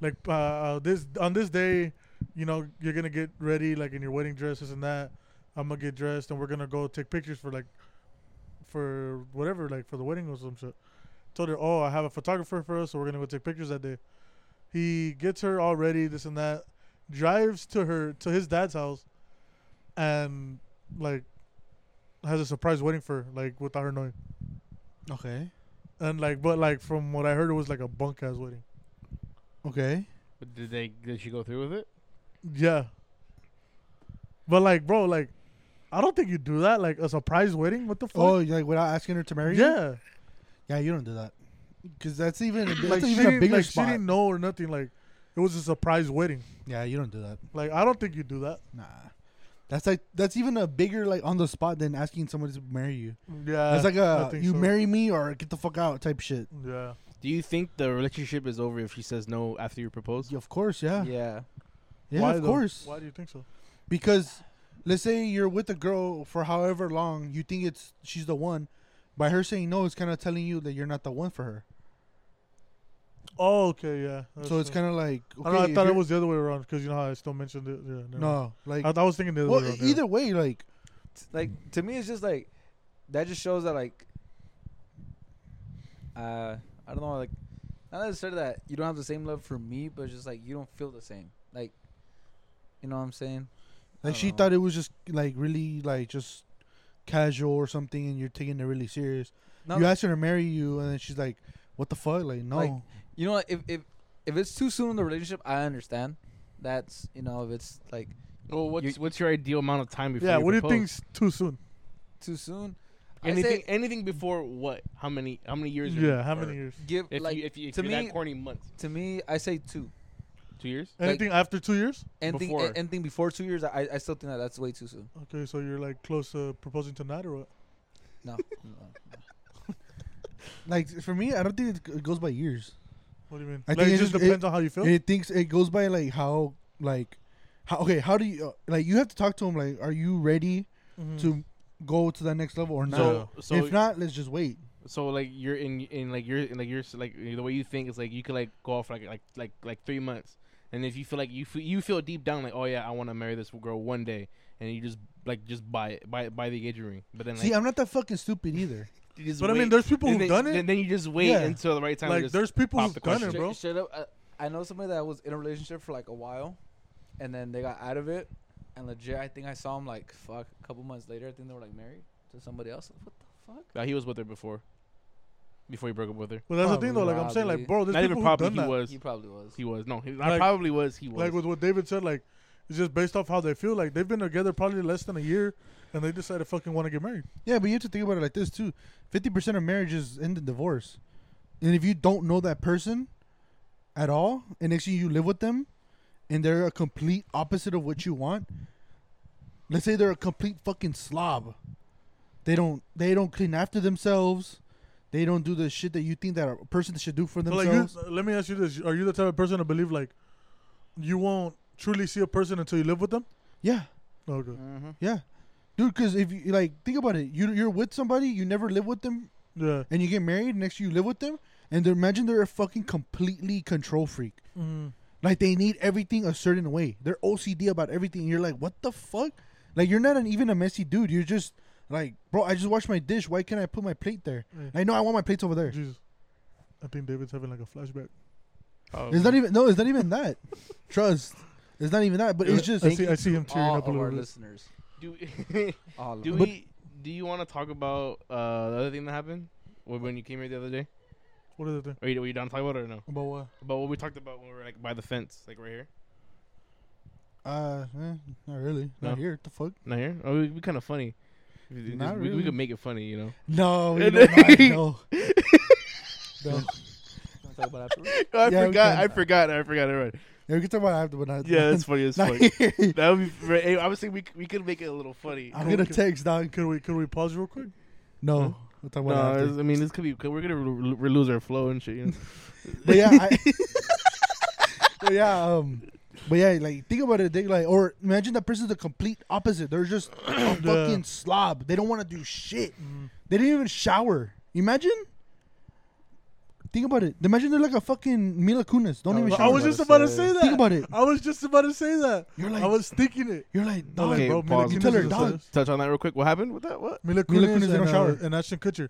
like, uh, uh, this on this day, you know, you're gonna get ready like in your wedding dress, this and that. I'm gonna get dressed and we're gonna go take pictures for like for whatever, like for the wedding or some shit. Told her, Oh, I have a photographer for us, so we're gonna go take pictures that day. He gets her all ready, this and that, drives to her to his dad's house and like has a surprise wedding for her, like without her knowing. Okay. And like but like from what I heard it was like a bunk ass wedding. Okay. but did they? Did she go through with it? Yeah. But like bro, like I don't think you do that, like a surprise wedding. What the fuck? Oh, like without asking her to marry you? yeah. Yeah, you don't do that. Because that's even [clears throat] that's like she, even a didn't, bigger like she spot. didn't know or nothing. Like it was a surprise wedding. yeah, you don't do that. Like I don't think you do that. Nah. That's like that's even a bigger like on the spot than asking somebody to marry you. Yeah, That's like I a think you so. marry me or get the fuck out type shit. Yeah, Do you think the relationship is over if she says no after you propose? Yeah, of course, Uh. yeah. Yeah, Yeah. Why of though? course. Why do you think so? Because let's say you're with a girl for however long you think it's she's the one. By her saying no, it's kind of telling you that you're not the one for her. Oh, okay, yeah. that's so it's true. kind of like okay, I, don't know, I if thought it you're- was the other way around because you know how I still mentioned it. Yeah, never mind. no like I, I was thinking the other well way around. yeah. either way like T- Like to me, it's just like that. Just shows that like uh, I don't know. Like not necessarily that you don't have the same love for me, but it's just like you don't feel the same. Like you know what I'm saying? like I she don't know. thought it was just like really like just casual or something, and you're taking it really serious. Not you ask her to marry you, and then she's like, "What the fuck?" Like no, Like, you know what, if if if it's too soon in the relationship, I understand. That's you know if it's like Well, what's You- what's your ideal amount of time before? yeah. you What do you propose? think's too soon? too soon, I Anything say anything before what? How many how many years? Yeah, how or- many years? give If like you if, you, if to you're me- that corny months, to me, I say two. two years. Like- Anything after two years? Anything Before. a- anything before two years, I I still think that that's way too soon. Okay, so you're like close to proposing tonight or what? No, [laughs] no. like for me, I don't think it g- it goes by years. What do you mean? I like think it it's just just- depends on how you feel. It thinks it goes by like how like how okay how do you uh, like you have to talk to him like are you ready Mhm. to go to that next level or not? So so if not, let's just wait. so like you're in in like you're in like you're s- like the way you think is like you could like go off like like like like three months, and if you feel like you feel, you feel deep down like oh yeah I want to marry this girl one day, and you just like just buy it buy buy the engagement ring, but then like, See, I'm not that fucking stupid either. you just But I wait. mean, there's people and who've then, done then, it. then you just wait Yeah. until the right time. Like just, there's people pop who've the done question. it, Straight- bro. straight up, uh, I know somebody that was in a relationship for like a while, and then they got out of it, and legit, I think I saw him like fuck a couple months later. I think they were like married to somebody else. Like, What the fuck? Nah, he was with her before, before he broke up with her. But that's the thing though. Like I'm saying, like bro, there's Not even people who've probably done he that. was. He probably was. He was no. He, not Like- probably was. He was. like with what David said, like it's just based off how they feel. Like they've been together probably less than a year, and they decide to fucking want to get married. Yeah, but you have to think about it like this too. Fifty percent of marriages end in divorce, and if you don't know that person at all, and next thing you live with them, and they're a complete opposite of what you want. Let's say they're a complete fucking slob. They don't they don't clean after themselves. They don't do the shit that you think that a person should do for So, like, you, themselves. let me ask you this: Are you the type of person to believe like you won't truly see a person until you live with them? yeah, Okay. Mm. Mm-hmm. yeah, dude. Because if you like think about it, you you're with somebody, you never live with them, Yeah. and you get married. Next you live with them, and they're, imagine they're a fucking completely control freak. Mm. Like they need everything a certain way. They're OCD about everything. you're like, what the fuck? Like you're not an, even a messy dude. You're just like, bro, I just washed my dish. Why can't I put my plate there? Yeah. I know I want my plates over there. Jesus. I think David's having like a flashback. Oh, It's not even no. It's not even that. Trust. It's not even that. But it's just. I see, I see him tearing All up of a our little bit. listeners. do All of [laughs] Do them. we? [laughs] Do you want to talk about uh, the other thing that happened Wh- when you came here the other day? What is it? Are you, were you down to talk about it or no? But what? About what we talked about when we were like by the fence, like right here. Uh, eh, not really. No. Not here. What the fuck? Not here. Oh, we, we kind of funny. If you- Not we, we really. could make it funny, you know. No, we And don't then- mind, no. [laughs] no. Talk about [laughs] that. I [laughs] Yeah, we forgot. can. I forgot. I forgot. All right. Yeah, we can talk about it after, but not. [laughs] Yeah, that's funny as not fuck. here. That would be. Very, hey, I was thinking we c- we could make it a little funny. I'm gonna text dog. Could we could we pause real quick? No, we'll talk No, about it it's- I mean this could be. We're gonna re- re- lose our flow and shit. You know? after. But yeah, I, [laughs] but yeah, um, but yeah, like think about it. They like, or imagine that person's the complete opposite. They're [clears throat] just a fucking slob. They don't want to do shit. Mm-hmm. They didn't even shower. Imagine. Think about it. Imagine they're like a fucking Mila Kunis. Don't I even was- shower. I was just about to say that. Think about it. I was just about to say that. You're like- I was thinking it. You're like, I'm dog, Okay, Oh, like, bro, pause. Mila Tell her, Kunis is dog. obsessed. Touch on that real quick. What happened with that? What? Mila Mila Kunis, Kunis, they and, don't shower. uh, and Ashton Kutcher.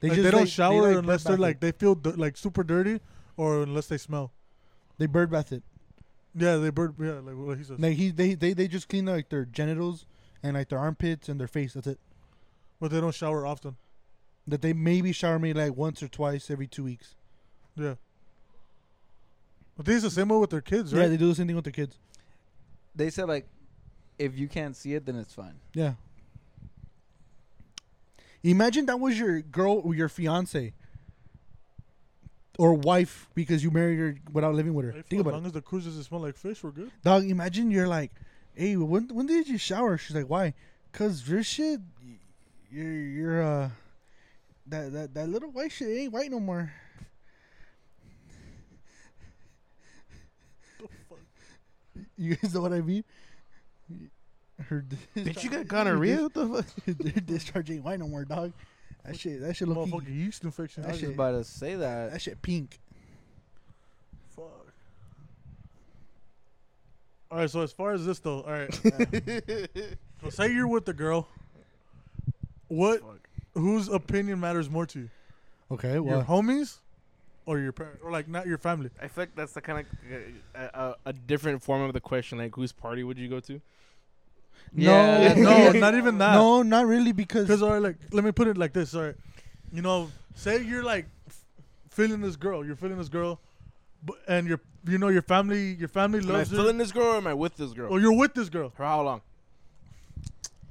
They Like, just they don't like- shower like unless bird they're bath like it. they feel di- like super dirty, or unless they smell. they bird bath it. Yeah, they bird. Yeah, like what he says. Like he they they, they just clean like their genitals and like their armpits and their face. That's it. But they don't shower often. That they maybe shower me like once or twice every two weeks. Yeah. But these are the same way with their kids, Yeah, right? they do the same thing with their kids. They said like, if you can't see it, then it's fine. Yeah. Imagine that was your girl or your fiance or wife because you married her without living with her. Hey, Think as about long it. as the cruise doesn't smell like fish, we're good. Dog, imagine you're like, hey, when when did you shower? She's like, why? Cause your shit, y- you're you're uh, that that that little white shit ain't white no more. You guys know what I mean? Her [laughs] Did you get gonorrhea? What the fuck? Her discharge ain't white no more, dog. That shit, that shit look. Motherfucking yeast infection. That I was shit- just about to say that. That shit pink. Fuck. All right, so as far as this though, all right. [laughs] so say you're with the girl. What? Whose opinion matters more to you? Okay, Your well, homies, or your parents, or like not your family? I feel like that's the kind of uh, a, a different form of the question. Like, whose party would you go to? Yeah, no, that's- no, not even that. no, not really Because because all right, like let me put it like this. All right, you know, say you're like f- feeling this girl, you're feeling this girl, but, and your you know your family, your family Am I loves her, feeling this girl or am I with this girl? or you're with this girl. For how long?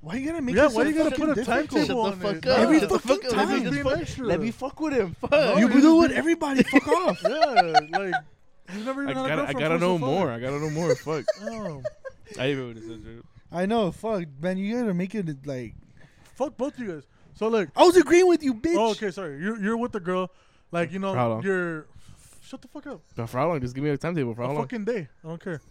why you gotta make yeah, it why so you gotta fucking put a difficult? timetable on it? up. Every Shut the fucking fuck up. Let me time. just Being fuck- extra. Let me fuck with him. Fuck. You No, do just what everybody [laughs] fuck off. yeah, like you I gotta, never even had a I girlfriend gotta first know of all. more. I gotta know more. [laughs] Fuck. Oh, I even would have said, dude. I know, fuck, man. You gotta make it like. fuck both you guys. So like, I was agreeing with you, bitch. oh, okay, sorry, you're you're with the girl, like you For how know long? you're. Shut the fuck up. But for how long? Just give me a timetable. For how A long? fucking day. I [laughs] don't care.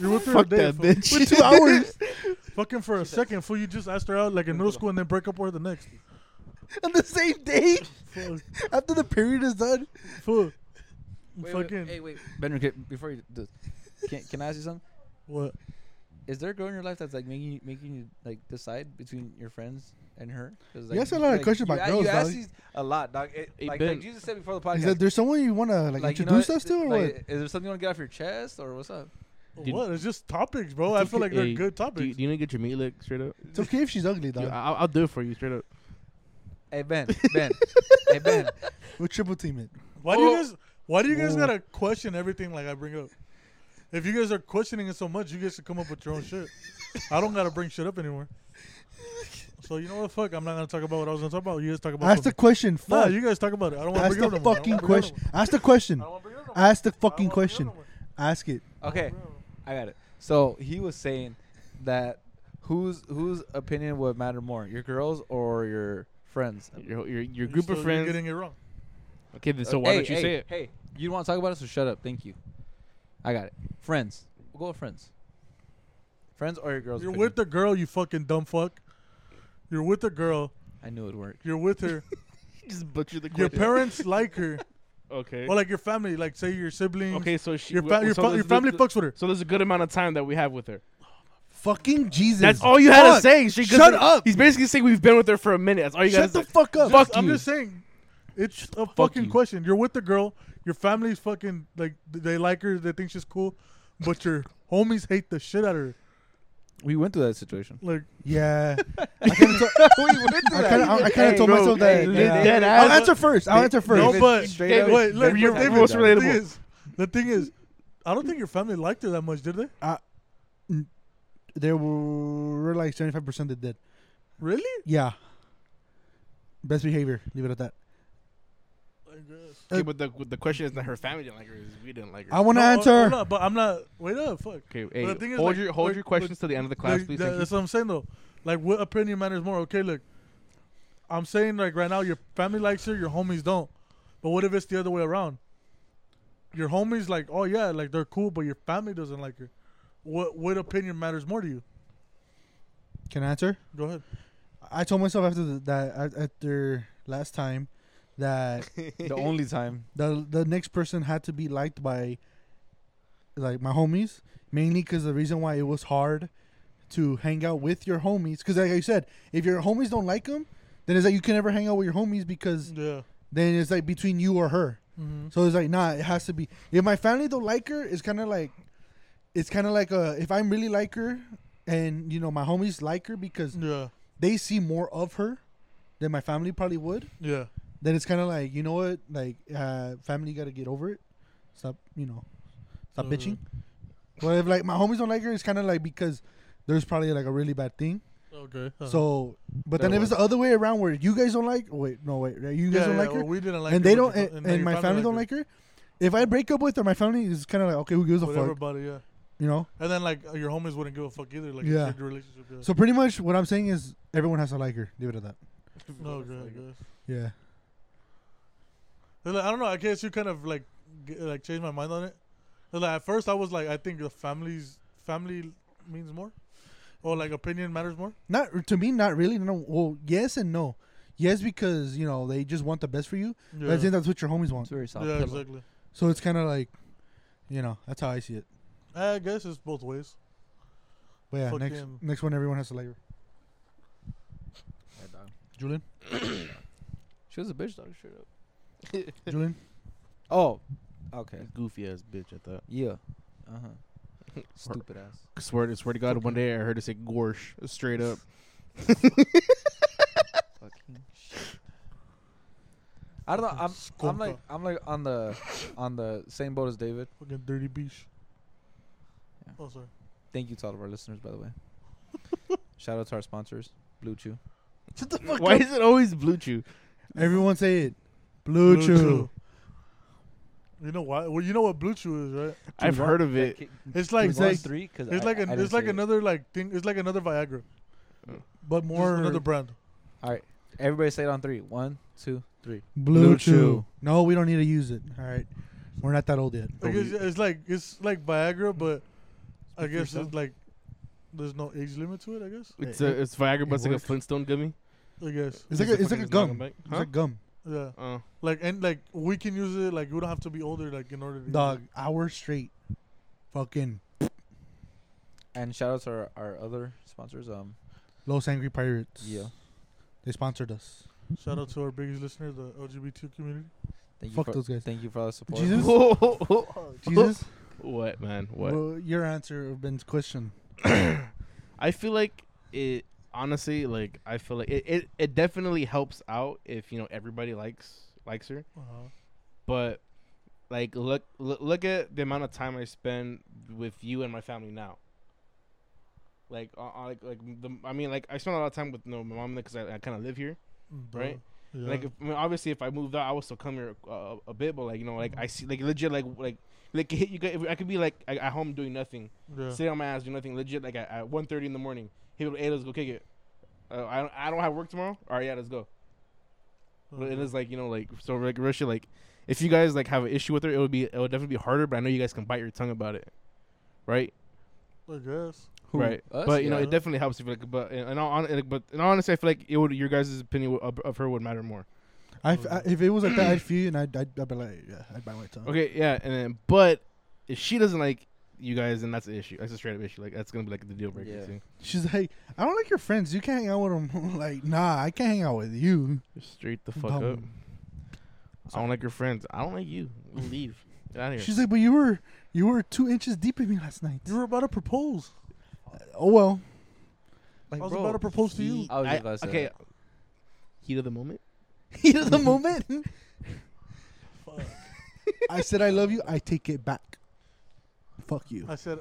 You're with her Fuck a day, that fool. [laughs] bitch. For two hours, Fucking for a second, fool. You just asked her out like in middle school and then break up with her the next. on the same day Fuck. after the period is done. Fool. Wait, wait, fucking hey, wait, Benry, can- before you do, this, can can I ask you something? what? Is there a girl in your life that's like making you making you like decide between your friends and her? 'Cause, Like, You ask a lot of questions you about a- girls, You ask dog. these a lot, dog. It, Hey, like, Ben. like you just said before the Is podcast. that there's someone you wanna like, like, you know introduce what? us to or Like, what? Is there something you want to get off your chest or what's up? Dude. What? It's just topics, bro. I feel like they're Hey, good Do you, topics. do you need to get your meat licked straight up? It's okay if she's ugly, Dude, dog. I'll, I'll do it for you straight up. Hey Ben, [laughs] [laughs] Ben, hey Ben. We'll triple team it. Why do you Oh. guys? Why do you guys Whoa. gotta question everything like I bring up? If you guys are questioning it so much, you guys should come up with your own [laughs] shit. I don't gotta bring shit up anymore. So you know what? Fuck, I'm not gonna talk about what I was gonna talk about. You guys talk about. Ask the something. question. Nah, Fuck. you guys talk about it. I don't want to Ask bring it the up. fucking question. Ask the question. Ask the fucking question. Ask it. Okay, I got it. So he was saying that whose whose opinion would matter more, your girls or your friends? Your your, your group of friends. You're getting it wrong. okay, then so why Uh, Hey, don't you hey, say it? Hey, you don't want to talk about it, so shut up. Thank you. I got it. Friends. We'll go with friends. Friends or your girls. You're opinion. with the girl, you fucking dumb fuck. You're with the girl. I knew it would work. You're [laughs] with her. Just butcher the your parents like [laughs] her, Okay. or like your family, like say your siblings. okay, so she. Your, fa- well, your, so fa- there's- your family there's- fucks with her. So there's a good amount of time that we have with her. Fucking Jesus. That's all you had to Fuck. say. She Shut up. He's basically saying we've been with her for a minute. That's all you got to Shut say. the fuck up. Fuck I'm you. just saying, it's a fucking you. question. You're with the girl. Your family's fucking like th- they like her. They think she's cool, but your homies hate the shit out of her. We went through that situation. Like [laughs] Yeah. I kind of we went through I kinda- I kinda told bro, myself that. hey, yeah. dead I'll ass- answer first. I'll answer first. no, but straight David, up, wait, look, you're but the David, most the thing relatable. is, the thing is, I don't think your family liked her that much, did they? they were like seventy five percent dead. Really? Yeah. Best behavior. Leave it at that. I guess. Okay, but the the question is that her family didn't like her. Is we didn't like her. Uh, I want to No, answer. hold up, but I'm not. Wait up, fuck. okay, hey, the thing is, hold like, your hold like, your but- questions to the end of the class, Like, please. that- Thank you. that's what I'm saying though. Like, what opinion matters more? Okay, look, I'm saying like right now, your family likes her, your homies don't. But what if it's the other way around? Your homies like, oh yeah, like they're cool, but your family doesn't like her. What what opinion matters more to you? Can I answer? Go ahead. I told myself after the, that a- after last time [laughs] that [laughs] the only time. the the next person had to be liked by like my homies mainly because the reason why it was hard to hang out with your homies because like I said if your homies don't like them then it's like you can never hang out with your homies because Yeah. then it's like between you or her Mm-hmm. so it's like nah it has to be if my family don't like her it's kind of like it's kind of like uh if I'm really like her and you know my homies like her because Yeah. they see more of her than my family probably would, Yeah. then it's kind of like you know what, like uh, family got to get over it. Stop, you know, stop Uh. bitching. But if like my homies don't like her, it's kind of like because there's probably like a really bad thing. Okay. uh-huh. So, but then There if it's was. the other way around where you guys don't like, wait, no, wait, you guys Yeah, don't yeah, like her, well, we didn't like and her, they but don't, your and, fa- and now your my family don't like her. If I break up with her, my family is kind of like, okay, who gives a Whatever, fuck, buddy. Yeah. you know? And then like your homies wouldn't give a fuck either. Like Yeah. yeah. your relationship. Yeah. [laughs] So pretty much what I'm saying is everyone has to like her. Leave it at that. no, good. I guess. Yeah. It's like, I don't know. I guess you kind of like g- like changed my mind on it. It's like at first I was like, I think the family's family means more, or like opinion matters more. Not to me, not really. No, well, yes and no. Yes, because you know they just want the best for you. But I think that's what your homies It's want. very soft. yeah, exactly. So it's kind of like, you know, that's how I see it. I guess it's both ways. But yeah, Fuck next him. next one, everyone has to like her. [laughs] Julian, She was a bitch dog. Straight up. Julian, Oh, okay. Goofy ass bitch. I thought. Yeah. Uh huh. [laughs] Stupid ass. Swear to swear to God, one day I heard her say "gorsh" straight up. Fucking shit. I don't know. I'm I'm like I'm like on the on the same boat as David. Fucking dirty beach. Yeah. Oh sorry. Thank you to all of our listeners, by the [laughs] way. Shout out to our sponsors, Blue Chew. Shut the [laughs] fuck Why is it always blue chew? everyone say it. Blue, Chew. You know why? Well, you know what blue chew is, right? I've heard of it. It's like It's like- it's like, three, cause it's like, an, it's like another like thing. It's like another Viagra, but more more another brand. All right, everybody say it on three. One, two, three. Blue, Blue Chew. Chew. No, we don't need to use it. All right, we're not that old yet. Like it's, it's like it's like Viagra, Mm. Speak but I for guess yourself. it's like there's no age limit to it. I guess. It's a it's Viagra, it but it's like a worked. Flintstone gummy. I guess. It's Just like a, it's fucking like a just knock gum. 'em back. It's Huh? like gum. Yeah. Oh. Like and like we can use it. Like we don't have to be older. Like in order to use Dog, hour straight. Fucking And shout out to our, our other sponsors. Um, Los Angry Pirates. yeah. they sponsored us. it. Shout out to our biggest listener, the LGBT community. Thank you Fuck for, those guys. Thank you for all the support. Jesus? Jesus, [laughs] What man? What? Well, your answer of Ben's question. I feel like it honestly like I feel like it, it, it definitely helps out if you know everybody likes likes her. Uh-huh. But like look look, look at the amount of time I spend with you and my family now. Like uh, uh, like like the, I mean like I spend a lot of time with you know, my mom because I, I kind of live here. Duh. Right? Mm, Yeah. Like if, I mean, obviously if I moved out I would still come here uh, a bit, but like you know like I see like legit like like like you could, I could be like I- at home doing nothing yeah. sit on my ass, do nothing. Legit, like at, at 1.30 in the morning. Hey, little, hey, let's go kick it. Uh, I don't, I don't have work tomorrow. All right, yeah, let's go. Uh, Uh-huh. And it's like you know, like so, like Russia, like if you guys like have an issue with her, it would be, it would definitely be harder. But I know you guys can bite your tongue about it, right? I guess. Who? Right. Us? But you know, Yeah. it definitely helps. If like, but and all, hon- but in all honesty, I feel like it would your guys' opinion would- of, of her would matter more. I f- I- if it was like that, I'd feel you and I'd, I'd, I'd be like, yeah, I'd buy my Uh-huh. tongue. Okay, yeah, and then but if she doesn't like you guys, then that's an issue. That's a straight up issue. Like that's gonna be like the deal breaker Yeah. too. She's like, I don't like your friends. You can't hang out [laughs] with them. like, nah, I can't hang out with you. Just straight the fuck up. Dumb. I don't like your friends. I don't like you. Leave. Get out of here. She's like, but you were you were two inches deep in me last night. You were about to propose. [laughs] Oh well, [laughs] Like, I was bro, about to propose to you. He- I was just I- about to say okay. that. Heat of the moment. heat [laughs] of the moment. Fuck. I said I love you. I take it back. Fuck you. I said,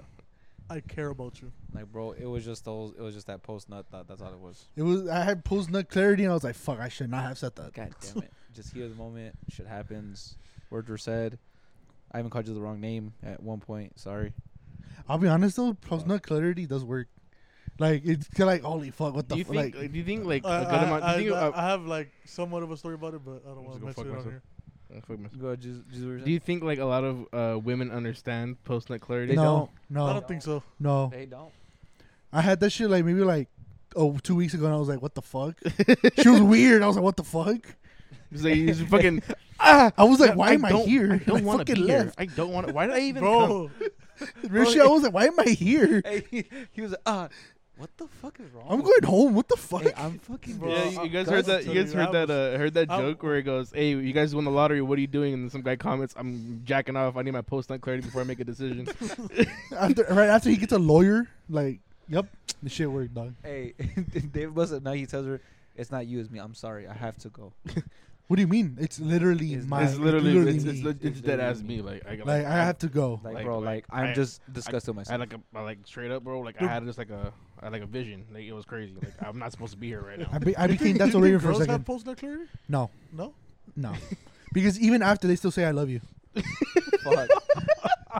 I care about you. Like, bro, it was just those. It was just that post nut thought. That's all it was. It was I had post nut clarity and I was like, fuck, I should not have said that. God [laughs] damn it! Just hear the moment. Shit happens. Words were said. I even called you the wrong name at one point. Sorry. I'll be honest though, post nut clarity does work. Like it's kinda like holy fuck, what Do the you fuck? think? Like, Like, do you think like I, a good amount? I, do you think, I, uh, I have like somewhat of a story about it, but I don't want just to gonna fuck mention it on myself. here. oh, fuck myself. Go ahead, just, just what you were Do you saying. think like a lot of uh, women understand post nut clarity? no, Oh. I no, don't think so. no. They don't. I had that shit like maybe like oh two weeks ago and I was like, what the fuck? she was weird. I was like, what the fuck? It's like [laughs] you just fucking. Ah, I was like, why I am I don't- here? I [laughs] don't want to fucking be here. left. I don't want. to Why did I even come? Bro, Real shit, I was like, why am [laughs] I here? Hey, [laughs] he was like, uh, what the fuck is wrong? I'm with going home. What the fuck? you? [laughs] Hey, I'm fucking. Uh, Bro, yeah, dead. you, I- you guys guys, heard I'll that. tell You guys you, heard I that. was- Uh, heard that I- joke where it goes, "Hey, you guys won the lottery. What are you doing?" And then some guy comments, "I'm jacking off. I need my post nut clarity before I make a [laughs] decision." [laughs] after right after he gets a lawyer, like, yep, the shit worked, dog. [laughs] Hey, [laughs] David Busta. Now he tells her, "It's not you, it's me. I'm sorry. I have to go." What do you mean? It's literally It's- my. it's literally, it's, me. it's, it's, It's dead ass literally me. Like I, like, like I have to go. Like, Like- bro, like, like, I'm I- just disgusted with I had myself. like a I like straight up, bro. Like I Dude. had just like a I had like a vision. Like it was crazy. Like I'm not supposed to be here right [laughs] now. I, be, I you became think- that's you think Raven for a girls second. Have post nut clarity? no, No. [laughs] no, because even after they still say I love you. Fuck. [laughs]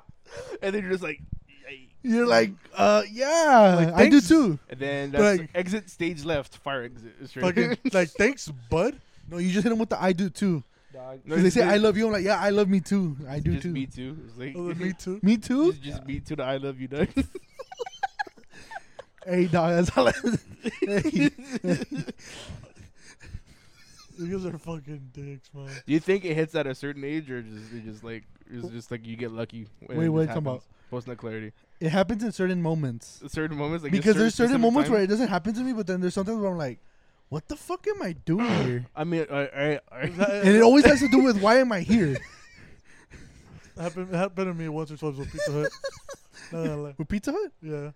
and then you're just like, "Yay." You're like, uh, yeah, Like, I do thanks. too. and then that's Like- exit stage left, fire exit. Straight Fucking like, thanks, bud. No, you just hit him with the I do too. Dog. [laughs] No, 'Cause they it's say just- I love you. I'm like, yeah, I love me too. I do just too. me too. It's like, [laughs] Oh, Me too. Me too. just, just me too. The I love you, [laughs] dog. Hey, dog, [laughs] that's all. I, [laughs] hey, You guys are fucking dicks, man. Do you think it hits at a certain age, or just it just like it's just like you get lucky? When Wait, it what just you talking happens? Post nut clarity. it happens in certain moments. Certain moments, like because there's certain moments where it doesn't happen to me, but then there's sometimes where I'm like, what the fuck am I [laughs] doing here? I mean, I, I, Is that- [laughs] And it always has to do with why am I [laughs] here? [laughs] happened happened to me once or twice with Pizza Hut. No, [laughs] no, no, With Pizza Hut? yeah.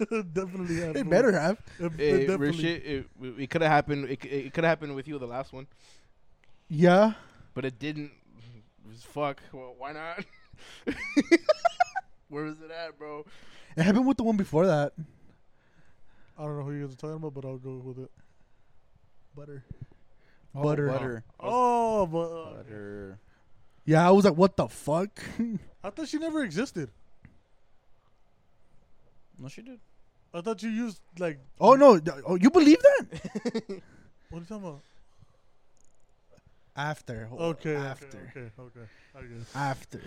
[laughs] definitely happened. It better have. It, it it, real definitely. shit, it, it could have happened. It, c- it could have happened with you the last one, Yeah. but it didn't. It was fuck. Well, why not? [laughs] where was it at, bro? It happened with the one before that. I don't know who you guys are talking about, but I'll go with it. Butter. Oh, butter. Butter. Oh, but uh, Butter. Yeah, I was like, what the fuck? [laughs] I thought she never existed. No, she did. I thought you used like. oh no. th- Oh, you believe that? What are you talking about? [laughs] After. hold on, Okay, After. Okay, okay, okay. I guess. After.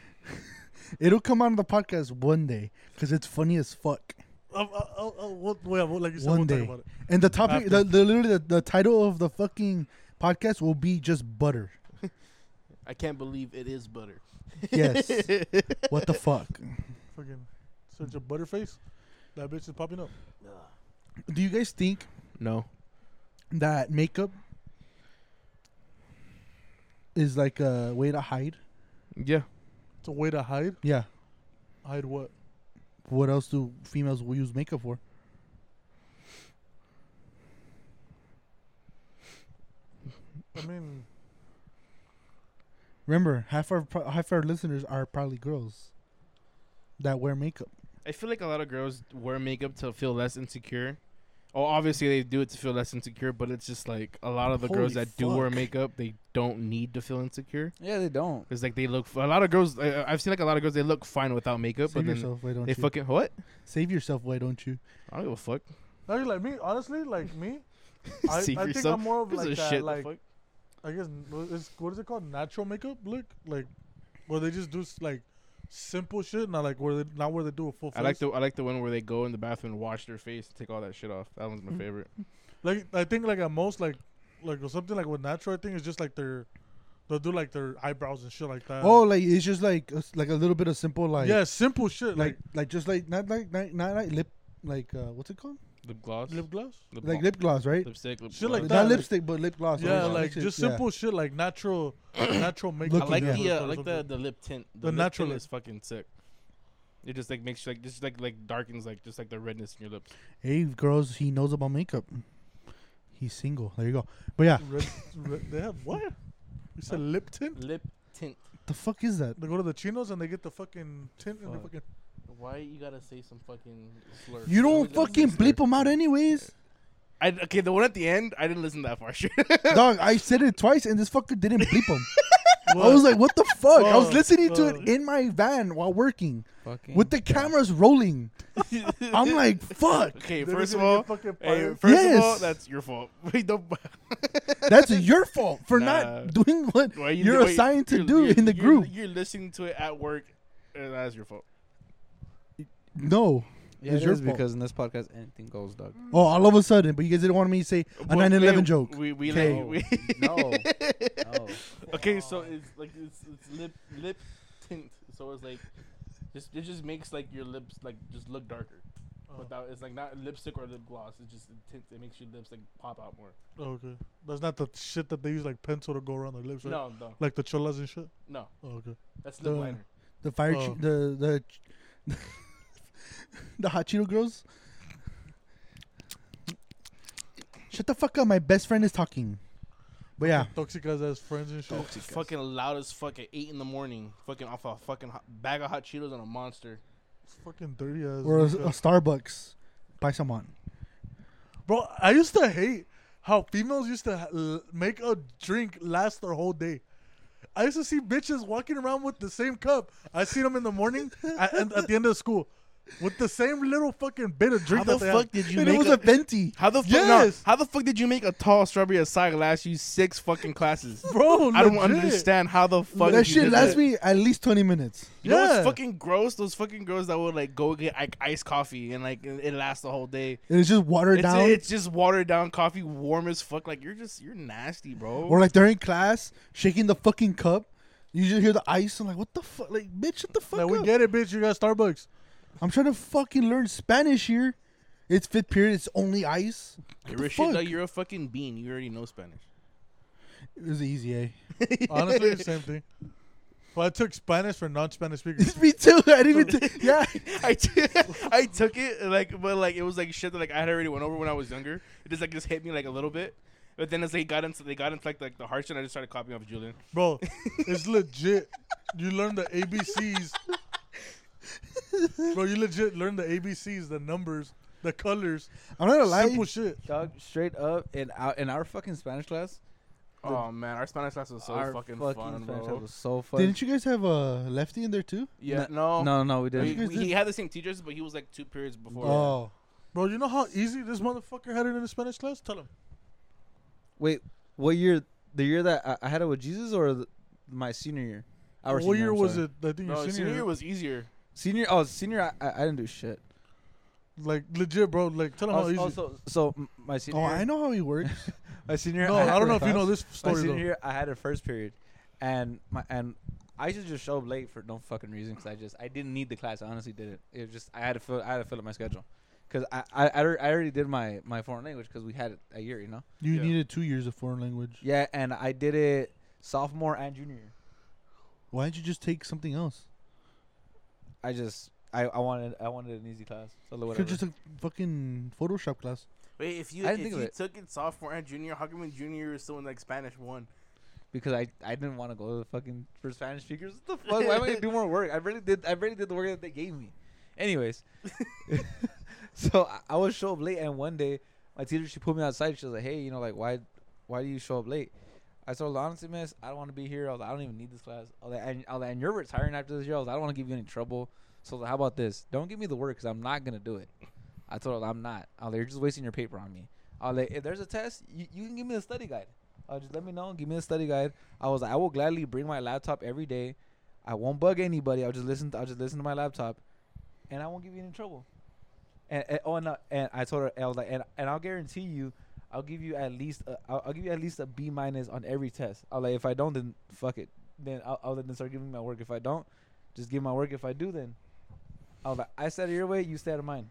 [laughs] It'll come out on the podcast one day because it's funny as fuck. I'll, I'll, I'll, I'll, we'll, yeah, we'll- like you said, One we'll day. talk about it. And the topic, After. the, the literally the, the title of the fucking podcast will be just [laughs] butter. I can't believe it is butter. Yes. what the fuck? Fucking search a butterface. That bitch is popping up. Do you guys think No. that makeup is like a way to hide. Yeah. It's a way to hide. Yeah. Hide what? What else do females will use makeup for? I mean, [laughs] Remember, half our pro- half our listeners are probably girls that wear makeup. I feel like a lot of girls wear makeup to feel less insecure. Oh, obviously they do it to feel less insecure, but it's just like a lot of the girls Holy that do wear fuck. makeup, they don't need to feel insecure. Yeah, they don't. Cause like they look, a lot of girls. I, I've seen like a lot of girls. They look fine without makeup, Save but then yourself, why don't they you? fucking what? Save yourself, why don't you? I don't give a fuck. Now you're like me, honestly, like [laughs] me. I, I Save think yourself. I'm more of Who gives like a that, shit the like fuck? I guess n- what is what is it called? Natural makeup look, like where they just do s- like simple shit, not like where they not where they do a full. Face. I like the I like the one where they go in the bathroom and wash their face, take all that shit off. That one's my Mm. favorite. like I think like at most like like or something like with natural. I think it's just like their they'll do like their eyebrows and shit like that. oh, like it's just like a, s- like a little bit of simple like yeah, simple shit like like, like just like not like not, not like lip like uh, what's it called Lip gloss, lip gloss. lip like balm, lip gloss right? lipstick, lip Shit gloss. like not that, like- lipstick but lip gloss. yeah, or like shit, just yeah. simple shit [coughs] like natural natural makeup. I like Looking the good. uh, I like the, the lip tint. The, The lip natural tint lip. is fucking sick. It just like makes you like just like like darkens like just like the redness in your lips. Hey, girls, he knows about makeup. He's single. There you go. But yeah, Red, red, they have what? You said lip tint. Lip tint. The fuck is that? They go to the chinos and they get the fucking tint and they Fuck. fucking. Why you gotta say some fucking slur? You don't fucking bleep them out anyways. I, okay, the one at the end, I didn't listen that far. [laughs] Sure. Dog, I said it twice and this fucker didn't bleep them. I was like, what the fuck? I was Fuck, listening to fuck. it in my van while working Fucking with the cameras rolling. I'm like, fuck. okay, They're first of gonna all, get fucking hey, fired. first of all, Yes. that's your fault. [laughs] We don't- That's your fault for Nah. not doing what Why you are wait, assigned to you're- do you're- in the you're- group. You're listening to it at work, and that's your fault. No. yeah, it's it your is fault. because in this podcast anything goes, dog. Oh, all of a sudden, but you guys didn't want me to say a But 9 11 hey, joke. We we, Okay. let- we [laughs] [laughs] No, no. okay, so it's like it's, it's lip lip tint. So it's like just it just makes like your lips like just look darker. Without it's like not lipstick or lip gloss. It's just it tints. It makes your lips like pop out more. Oh, okay. That's not the shit that they use like pencil to go around their lips, right? No, no, Like the cholas and shit. no. Oh, okay. That's lip Duh. liner. The fire, Oh. che- the the [laughs] the hot Cheeto girls. Shut the fuck up! My best friend is talking. But yeah, Toxic ass as friends and shit. Fucking loud as fuck at eight in the morning. Fucking off a fucking hot, bag of hot Cheetos and a monster. Fucking dirty ass. or a, nigga. a Starbucks by someone. Bro, I used to hate how females used to ha- l- make a drink last their whole day. I used to see bitches walking around with the same cup. I seen them in the morning at, and at the end of school with the same little fucking bit of drink that they had. did And it was a [laughs] venti. How the fuck? Yes. No, how the fuck did you make a tall strawberry aside last you six fucking [laughs] classes? Bro, I don't legit. understand how the fuck that you shit did lasts that. me at least twenty minutes. You know Yeah. what's fucking gross? Those fucking girls that would like go get like iced coffee and like it it lasts the whole day. And it's just watered It's, down, it's just watered down coffee, warm as fuck. Like you're just you're nasty, bro. or like they're in class shaking the fucking cup. You just hear the ice. I'm like, what the fuck? Like, bitch, shut the fuck Like, up. we get it, bitch. You got Starbucks. I'm trying to fucking learn Spanish here. It's fifth period. It's only ice. you're, a shit, like, you're a fucking bean. You already know Spanish. [laughs] It was easy, eh? [laughs] Honestly, the same thing. But I took Spanish for [laughs] non-Spanish speakers. It's me too. I didn't even. T- yeah. I t- [laughs] I took it like, but like it was like shit that like I had already went over when I was younger. It just like just hit me like a little bit. But then as they got into they got into like the, like the hard shit, I just started copying off Julian. Bro, it's legit. You learn the ABCs. Bro, you legit learn the ABCs, the numbers, the colors. I'm not gonna lie. Simple shit. dog. Straight up in our in our fucking Spanish class, Oh man, our Spanish class was so our fucking, fun, Spanish bro. class was so fun. Didn't you guys have a lefty in there too? yeah, No, no, no, no, we We, didn't. we- he had the same teachers, but he was like two periods before. Oh, Bro, you know how easy this motherfucker had it in the Spanish class? Tell him. Wait, what year? The year that I, I had it with Jesus, or the, my senior year? Our what senior, year I'm was sorry. it? I think your No, senior, senior year. year was easier. Senior. Oh, senior. I, I, I didn't do shit. Like, legit, bro. Like, tell him how Also, easy. also, so m- my oh, senior. I know how he works. My senior. year, no, had I don't it know with if you us. know this My story, senior though. year, I had a first period, and my and I should just show up late for no fucking reason because I just I didn't need the class. I honestly didn't. It was just I had to fill I had to fill up my schedule because I, I I alre- I already did my my foreign language because we had it a year, you know. You Yeah. needed two years of foreign language. Yeah, and I did it sophomore and junior. year. Why didn't you just take something else? I just I, I wanted I wanted an easy class. So You whatever. could just took fucking Photoshop class. Wait, if you I if didn't think you of it. took it sophomore and junior, how come in junior year is still in like Spanish one? because I, I didn't want to go to the fucking for Spanish speakers. What [laughs] the fuck? Why am I gonna do more work? I really did I really did the work that they gave me. [laughs] Anyways, [laughs] so I, I was show up late, and one day my teacher she pulled me outside. She was like, "Hey, you know, like why why do you show up late?" I told her, honestly, miss, I don't want to be here. I, was like, I don't even need this class. I was like, and, I was like, and you're retiring after this year. I, was like, I don't want to give you any trouble. So I was like, how about this? Don't give me the work because I'm not going to do it. I told her, I'm not. I was like, you're just wasting your paper on me. I was like, if there's a test, you, you can give me the study guide. I was just let me know. Give me the study guide. I was like, I will gladly bring my laptop every day. I won't bug anybody. I'll just listen. To, I'll just listen to my laptop, and I won't give you any trouble. And, and oh, and, uh, and I told her, I was like, and, and I'll guarantee you, I'll give you at least, a, I'll, I'll give you at least a B minus on every test. I was like, if I don't, then fuck it. Then I'll, I'll then start giving my work. If I don't, just give my work. If I do, then I was like, I stay out of your way, you stay out of mine.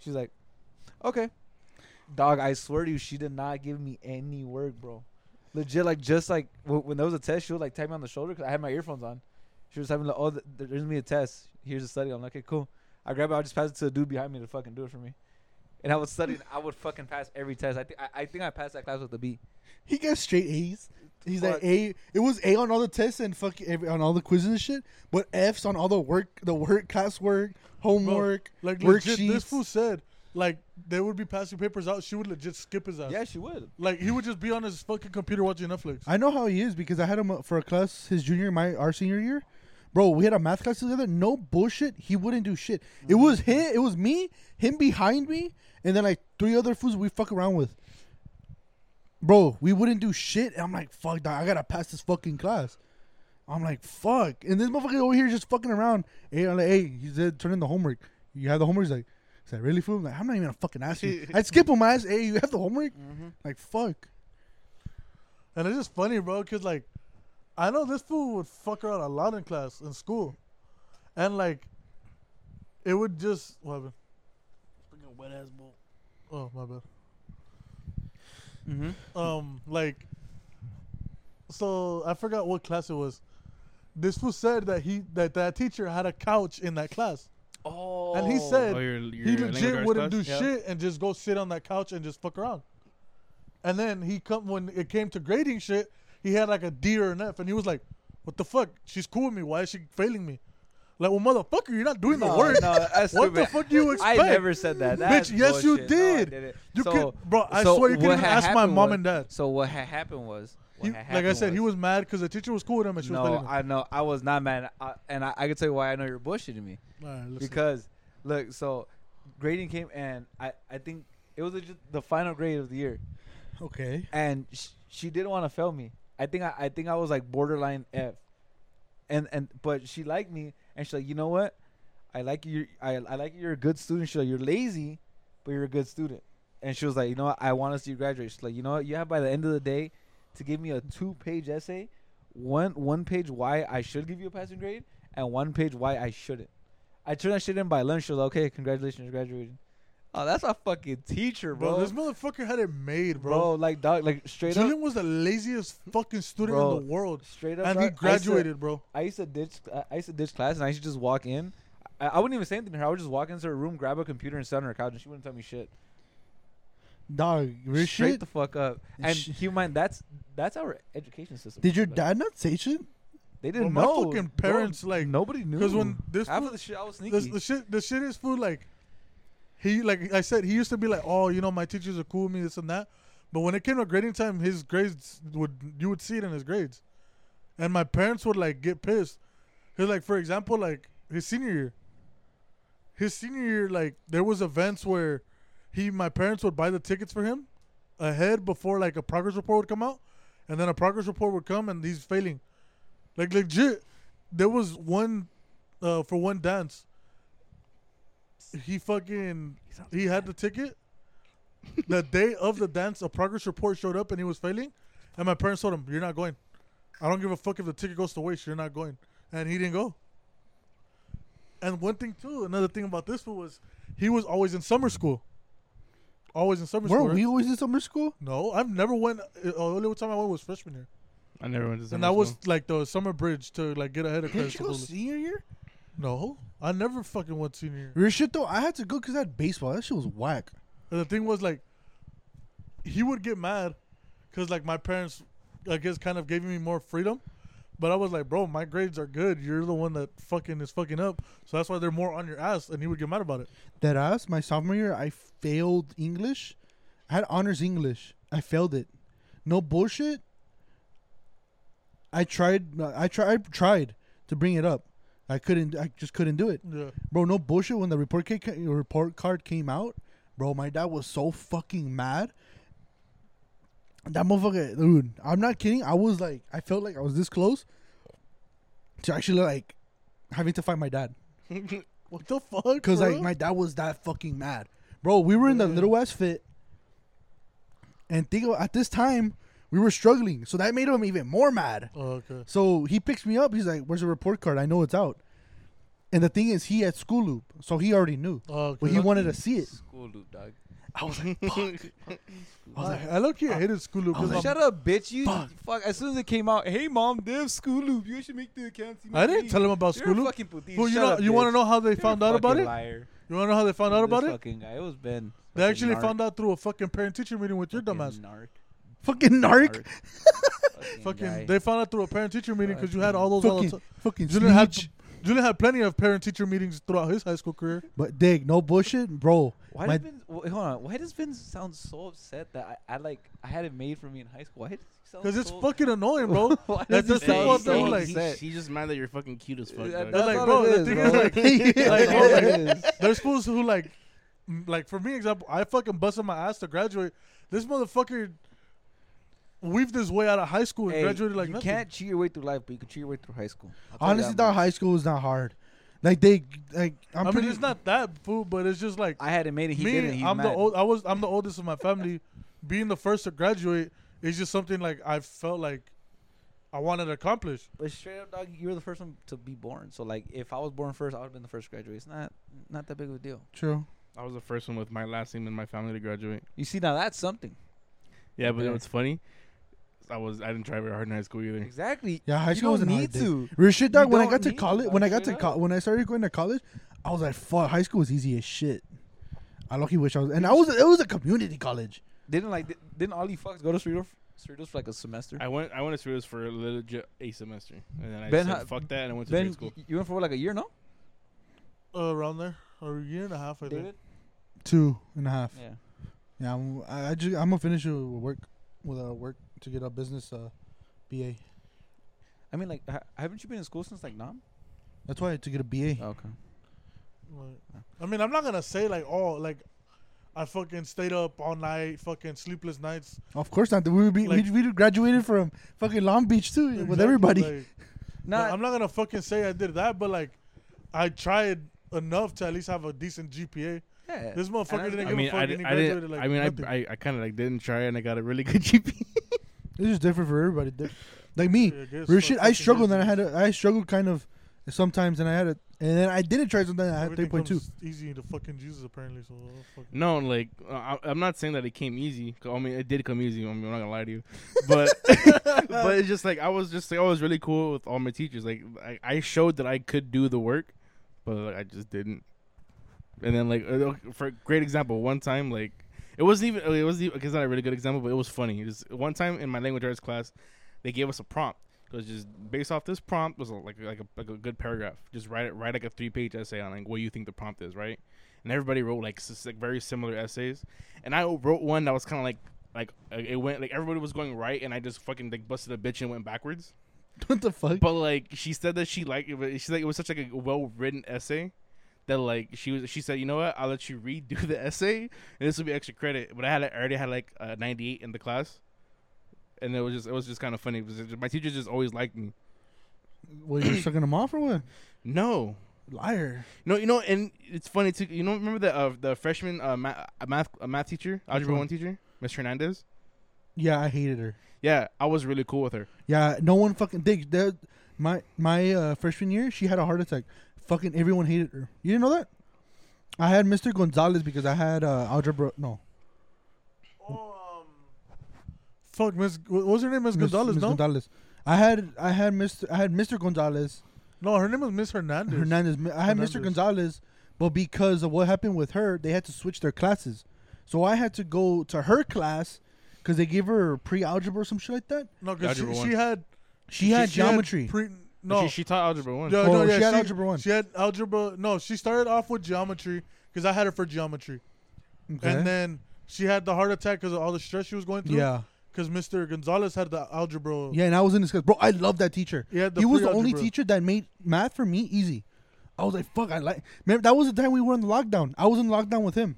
She's like, okay, dog. I swear to you, she did not give me any work, bro. Legit, like just like w- when there was a test, she would like tap me on the shoulder because I had my earphones on. She was having like, oh, th- there's gonna be a test. Here's a study. I'm like, okay, cool. I grab it. I just pass it to the dude behind me to fucking do it for me. And I would study. and I would fucking pass every test. I think I, I think I passed that class with a B. He got straight A's. He's like A. It was A on all the tests and fuck every, on all the quizzes and shit, but F's on all the work, the work, classwork, homework, Like legit, worksheets. this fool said, like they would be passing papers out. She would legit skip his ass. Yeah, she would. Like he would just be on his fucking computer watching Netflix. I know how he is because I had him uh, for a class his junior, my our senior year. Bro, we had a math class together. No bullshit. He wouldn't do shit. It was him. It was me, him behind me, and then like three other fools we fuck around with. Bro, we wouldn't do shit. And I'm like, fuck, dog, I gotta pass this fucking class. I'm like, fuck. And this motherfucker over here just fucking around. Hey, I'm like, hey, he said, turn in the homework. You have the homework. He's like, is that really fool? I'm like, I'm not even gonna fucking ask you. I'd skip him. I asked, hey, you have the homework? Like, fuck. And it's just funny, bro, because, like, I know this fool would fuck around a lot in class, in school. And, like, it would just. What happened? wet ass bowl. Oh, my bad. Mm-hmm. Um, like, so I forgot what class it was. This fool said that he that that teacher had a couch in that class, Oh. and he said Oh, your, he your legit language wouldn't do arts class? Yeah. shit and just go sit on that couch and just fuck around. And then he come when it came to grading shit, he had like a D or an F, and he was like, "What the fuck? She's cool with me. Why is she failing me?" Like, well, motherfucker, you're not doing the No, work. no, that's what the stupid. fuck do you [laughs] I expect? never said that. That's Bitch, yes, you bullshit. No, I did. didn't. You so, could, bro. I so swear you could what even had ask my happened mom was- and dad. So what had happened was, what He- had like I happened said, he was- was mad because the teacher was cool with him and she was No, failing him. I know. I was not mad, I, and I, I can tell you why I know you're bullshitting me. Alright, listen. Because look, so grading came, and I, I think it was just the final grade of the year, Okay. and sh- she didn't want to fail me. I think I, I think I was like borderline F, and and but she liked me, and she's like, you know what, I like you. I I like you. you're a good student. She's like, you're lazy, but you're a good student. And she was like, you know what, I want to see you graduate. She's like, you know what, you have by the end of the day to give me a two page essay, one one page why I should give you a passing grade, and one page why I shouldn't. I turned that shit in by lunch. She was like, okay, congratulations, you're graduating. Oh, that's a fucking teacher, bro, bro. this motherfucker had it made, bro. bro. like dog, like straight up, Julian was the laziest fucking student Bro, in the world, straight up, and he dog, I used to- graduated, bro. I used to ditch. I- I used to ditch class, and I used to just walk in. I, I wouldn't even say anything to her. I would just walk into her room, grab a computer, and sit on her couch, and she wouldn't tell me shit. Dog, real Straight shit. the fuck up. And Sh- keep in mind, that's that's our education system. Did your Like, dad not say shit? They didn't Bro, know. My fucking Bro, parents, like, nobody knew. because when this half fool- of the shit I was the, sneaky. the shit the shit is food like he like I said he used to be like oh you know my teachers are cool with me this and that but when it came to grading time his grades would you would see it in his grades and my parents would like get pissed he's like for example like his senior year his senior year like there was events where he my parents would buy the tickets for him ahead before like a progress report would come out and then a progress report would come and he's failing like legit there was one uh, for one dance he fucking he had the ticket. the day of the dance, a progress report showed up and he was failing, and my parents told him, "You're not going. I don't give a fuck if the ticket goes to waste. You're not going." And he didn't go. And one thing too, another thing about this fool was he was always in summer school. Always in summer school. Weren't right? we always in summer school? No, I've never went. uh, The only time I went was freshman year, I never went to and summer that [laughs] was school. like the summer bridge to like get ahead of Didn't credit. you go senior year? No, I never fucking went senior year. Real shit though, I had to go because I had baseball. That shit was whack. And the thing was like, he would get mad, cause like my parents, I guess, kind of gave me more freedom. But I was like, bro, my grades are good. You're the one that fucking is fucking up. So that's why they're more on your ass. And he would get mad about it. That ass, my sophomore year, I failed English. I had honors English. I failed it. No bullshit. I tried. I tried. I tried to bring it up. I couldn't. I just couldn't do it, Yeah. bro. No bullshit. When the report ca- ca- report card came out, bro, my dad was so fucking mad. That motherfucker, dude. I'm not kidding. I was like, I felt like I was this close to actually like having to fight my dad. What the fuck? Because bro? like my dad was that fucking mad, bro. We were in the Little West fit, and think of, at this time we were struggling, so that made him even more mad. Oh, okay. So he picks me up. He's like, "Where's the report card? I know it's out." And the thing is, he had school loop, so he already knew, Oh, okay. but he wanted to see it. school loop, dog. I was like, "Fuck!" I was like, I look here. hated school loop. I was because Shut I'm- up, bitch! You Fuck. fuck. As soon as it came out, hey mom, there's school loop. You should make the account. see my I didn't feed." tell him about You're school a loop. fucking putin. Well, you Shut know, up, you want to bitch. know how they You're a found out about fucking it? Liar. You want to know how they found out This about it? Fucking guy. It was Ben. They actually found out through a fucking parent-teacher meeting with your dumbass. Narc. [laughs] Fucking narc. [laughs] Fucking, they found out through a parent teacher meeting because you had all those all the Fucking, time. fucking Julian had, snitch. Julian had plenty of parent teacher meetings throughout his high school career. But dig, no bullshit, bro. Why my- does Vince, wait, hold on? Why does Vince sound so upset that I, I like I had it made for me in high school? Why does he sound? Because it's so, [laughs] fucking annoying, bro. Why That does just he Hey, sounds sound what so they hey, like. upset? he- she's just mad that you're fucking cute as fuck. Yeah, dog. They're That's like, all bro, it the is, thing bro. [laughs] [laughs] is, like, [laughs] like, That's all oh, it like, is. there's fools who, like, m- like, for me, example, I fucking busted my ass to graduate. This motherfucker weaved his way out of high school and Hey, graduated like you nothing. can't cheat your way through life, but you can cheat your way through high school. I'll tell you Honestly, that that much. high school is not hard. Like they, like i I'm mean, pretty. it's not that fool, but it's just like I had it made, and he didn't. me. He's I'm mad. the old. I was. I'm the oldest of my family. Being the first to graduate is just something like I felt like I wanted to accomplish. But straight up, dog, you were the first one to be born. So like, if I was born first, I would have been the first to graduate. It's not not that big of a deal. true. I was the first one with my last name in my family to graduate. You see, now that's something. Yeah, but Yeah. what's funny? I was I didn't try very hard in high school either. Exactly. Yeah, high You school don't wasn't need hard. dig. to. Real shit, dog. You When I don't got to need to, college, dog, when I got to straight co- when I started going to college, I was like, fuck, high school is easy as shit. I lucky wish I was, and I was. It was a community college. Didn't like di- didn't Ollie Fox go to Cerritos, Cerritos for like a semester? I went I went to Cerritos for a legit a semester, and then I Ben, said how- fuck that and I went to Ben, trade school. y- you went for what, like a year, no? Uh, around there, or a year and a half, I think. David? Two and a half. Yeah. Yeah, I'm, I, I just, I'm gonna finish it with work, with uh, work to get a business uh, BA. I mean, like, ha- haven't you been in school since like Nam? That's why to get a BA. Okay. Like, I mean, I'm not gonna say like, oh, like I fucking stayed up all night, fucking sleepless nights Of course not. We would be Like- we we graduated from fucking Long Beach too with Exactly, everybody. [laughs] like, no, Nah, I'm not gonna fucking say I did that, but like, I tried enough to at least have a decent GPA. yeah. This motherfucker I didn't I give mean, a fuck. I, and did, he I, graduated did, like I mean, nothing. I, I, I kind of like didn't try, and I got a really good [laughs] GPA. It's just different for everybody. Di- Like me, Yeah, guess real what shit. I fucking struggled and I is- had a, I struggled kind of sometimes and I had a and then I didn't try something. I had three everything point two. comes Easy to fucking Jesus apparently. So uh, fuck. no, like uh, I, I'm not saying that it came easy. 'cause, I mean, it did come easy. I mean, I'm not gonna lie to you, but [laughs] but it's just like I was just like, I was really cool with all my teachers. Like I, I showed that I could do the work, but like, I just didn't. And then like uh, for a great example, one time like it wasn't even uh, it wasn't even, it's not a really good example, but it was funny. Just one time in my language arts class, they gave us a prompt. It was just based off this prompt was like like a, like a good paragraph. Just write it write like a three page essay on like what you think the prompt is, right? And everybody wrote like, s- like very similar essays, and I wrote one that was kind of like like uh, it went like everybody was going right, and I just fucking like busted a bitch and went backwards. [laughs] what the fuck? But like she said that she liked it, but she's like it was such like a well written essay that like she was she said you know what I'll let you redo the essay and this will be extra credit. But I had I already had like a 98 in the class, and it was just it was just kind of funny because my teachers just always liked me. What you sucking them off or what? No, Liar. No, you know, and it's funny too. You know, remember the uh, the freshman uh, math uh, math, uh, math teacher, algebra one? one teacher, Miss Hernandez. Yeah, I hated her. Yeah, I was really cool with her. Yeah, no one fucking dig. That my my uh, freshman year, she had a heart attack. Fucking everyone hated her. You didn't know that? I had Mr. Gonzalez because I had uh, algebra. No, Oh, um, fuck, Miss. What was her name? Miss Gonzalez. Miss no, Gonzalez. I had I had Mr. I had Mr. Gonzalez no, her name was Miss Hernandez. Hernandez. I had Mr. Hernandez. Gonzalez, but because of what happened with her, they had to switch their classes. So I had to go to her class because they gave her pre-algebra or some shit like that. No, because she, Algebra she had She had she geometry. pre, no, she, she taught algebra one. Yeah, Oh, no, she yeah, had algebra one. She had algebra. No, she started off with geometry because I had her for geometry, Okay. and then she had the heart attack because of all the stress she was going through. yeah, because Mr. Gonzalez had the algebra. yeah, and I was in this class, bro. I love that teacher. he, had the he was the only pre-algebra. teacher that made math for me easy. I was like, fuck, I like. Remember, that was the time we were in the lockdown. I was in lockdown with him.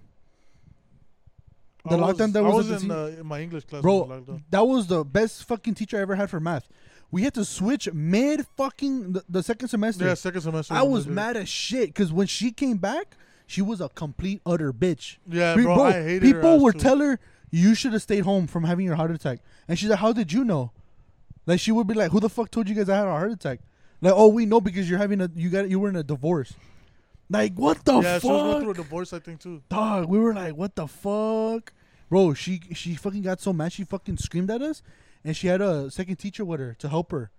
The I lockdown that I was was, at the in, te- uh, in my English class. Bro, when the lockdown. That was the best fucking teacher I ever had for math. We had to switch mid fucking the, the second semester. yeah, second semester. I when was they did it. mad as shit because when she came back, she was a complete utter bitch. Yeah, Pe- bro, I hated her people ass were too. telling her you should have stayed home from having your heart attack, and she's like, "How did you know?" Like she would be like, "Who the fuck told you guys I had a heart attack?" Like, "Oh, we know because you're having a you got you were in a divorce." Like, what the yeah, fuck? she was going through a divorce, I think too. dog, we were like, what the fuck, bro? She she fucking got so mad, she fucking screamed at us, and she had a second teacher with her to help her,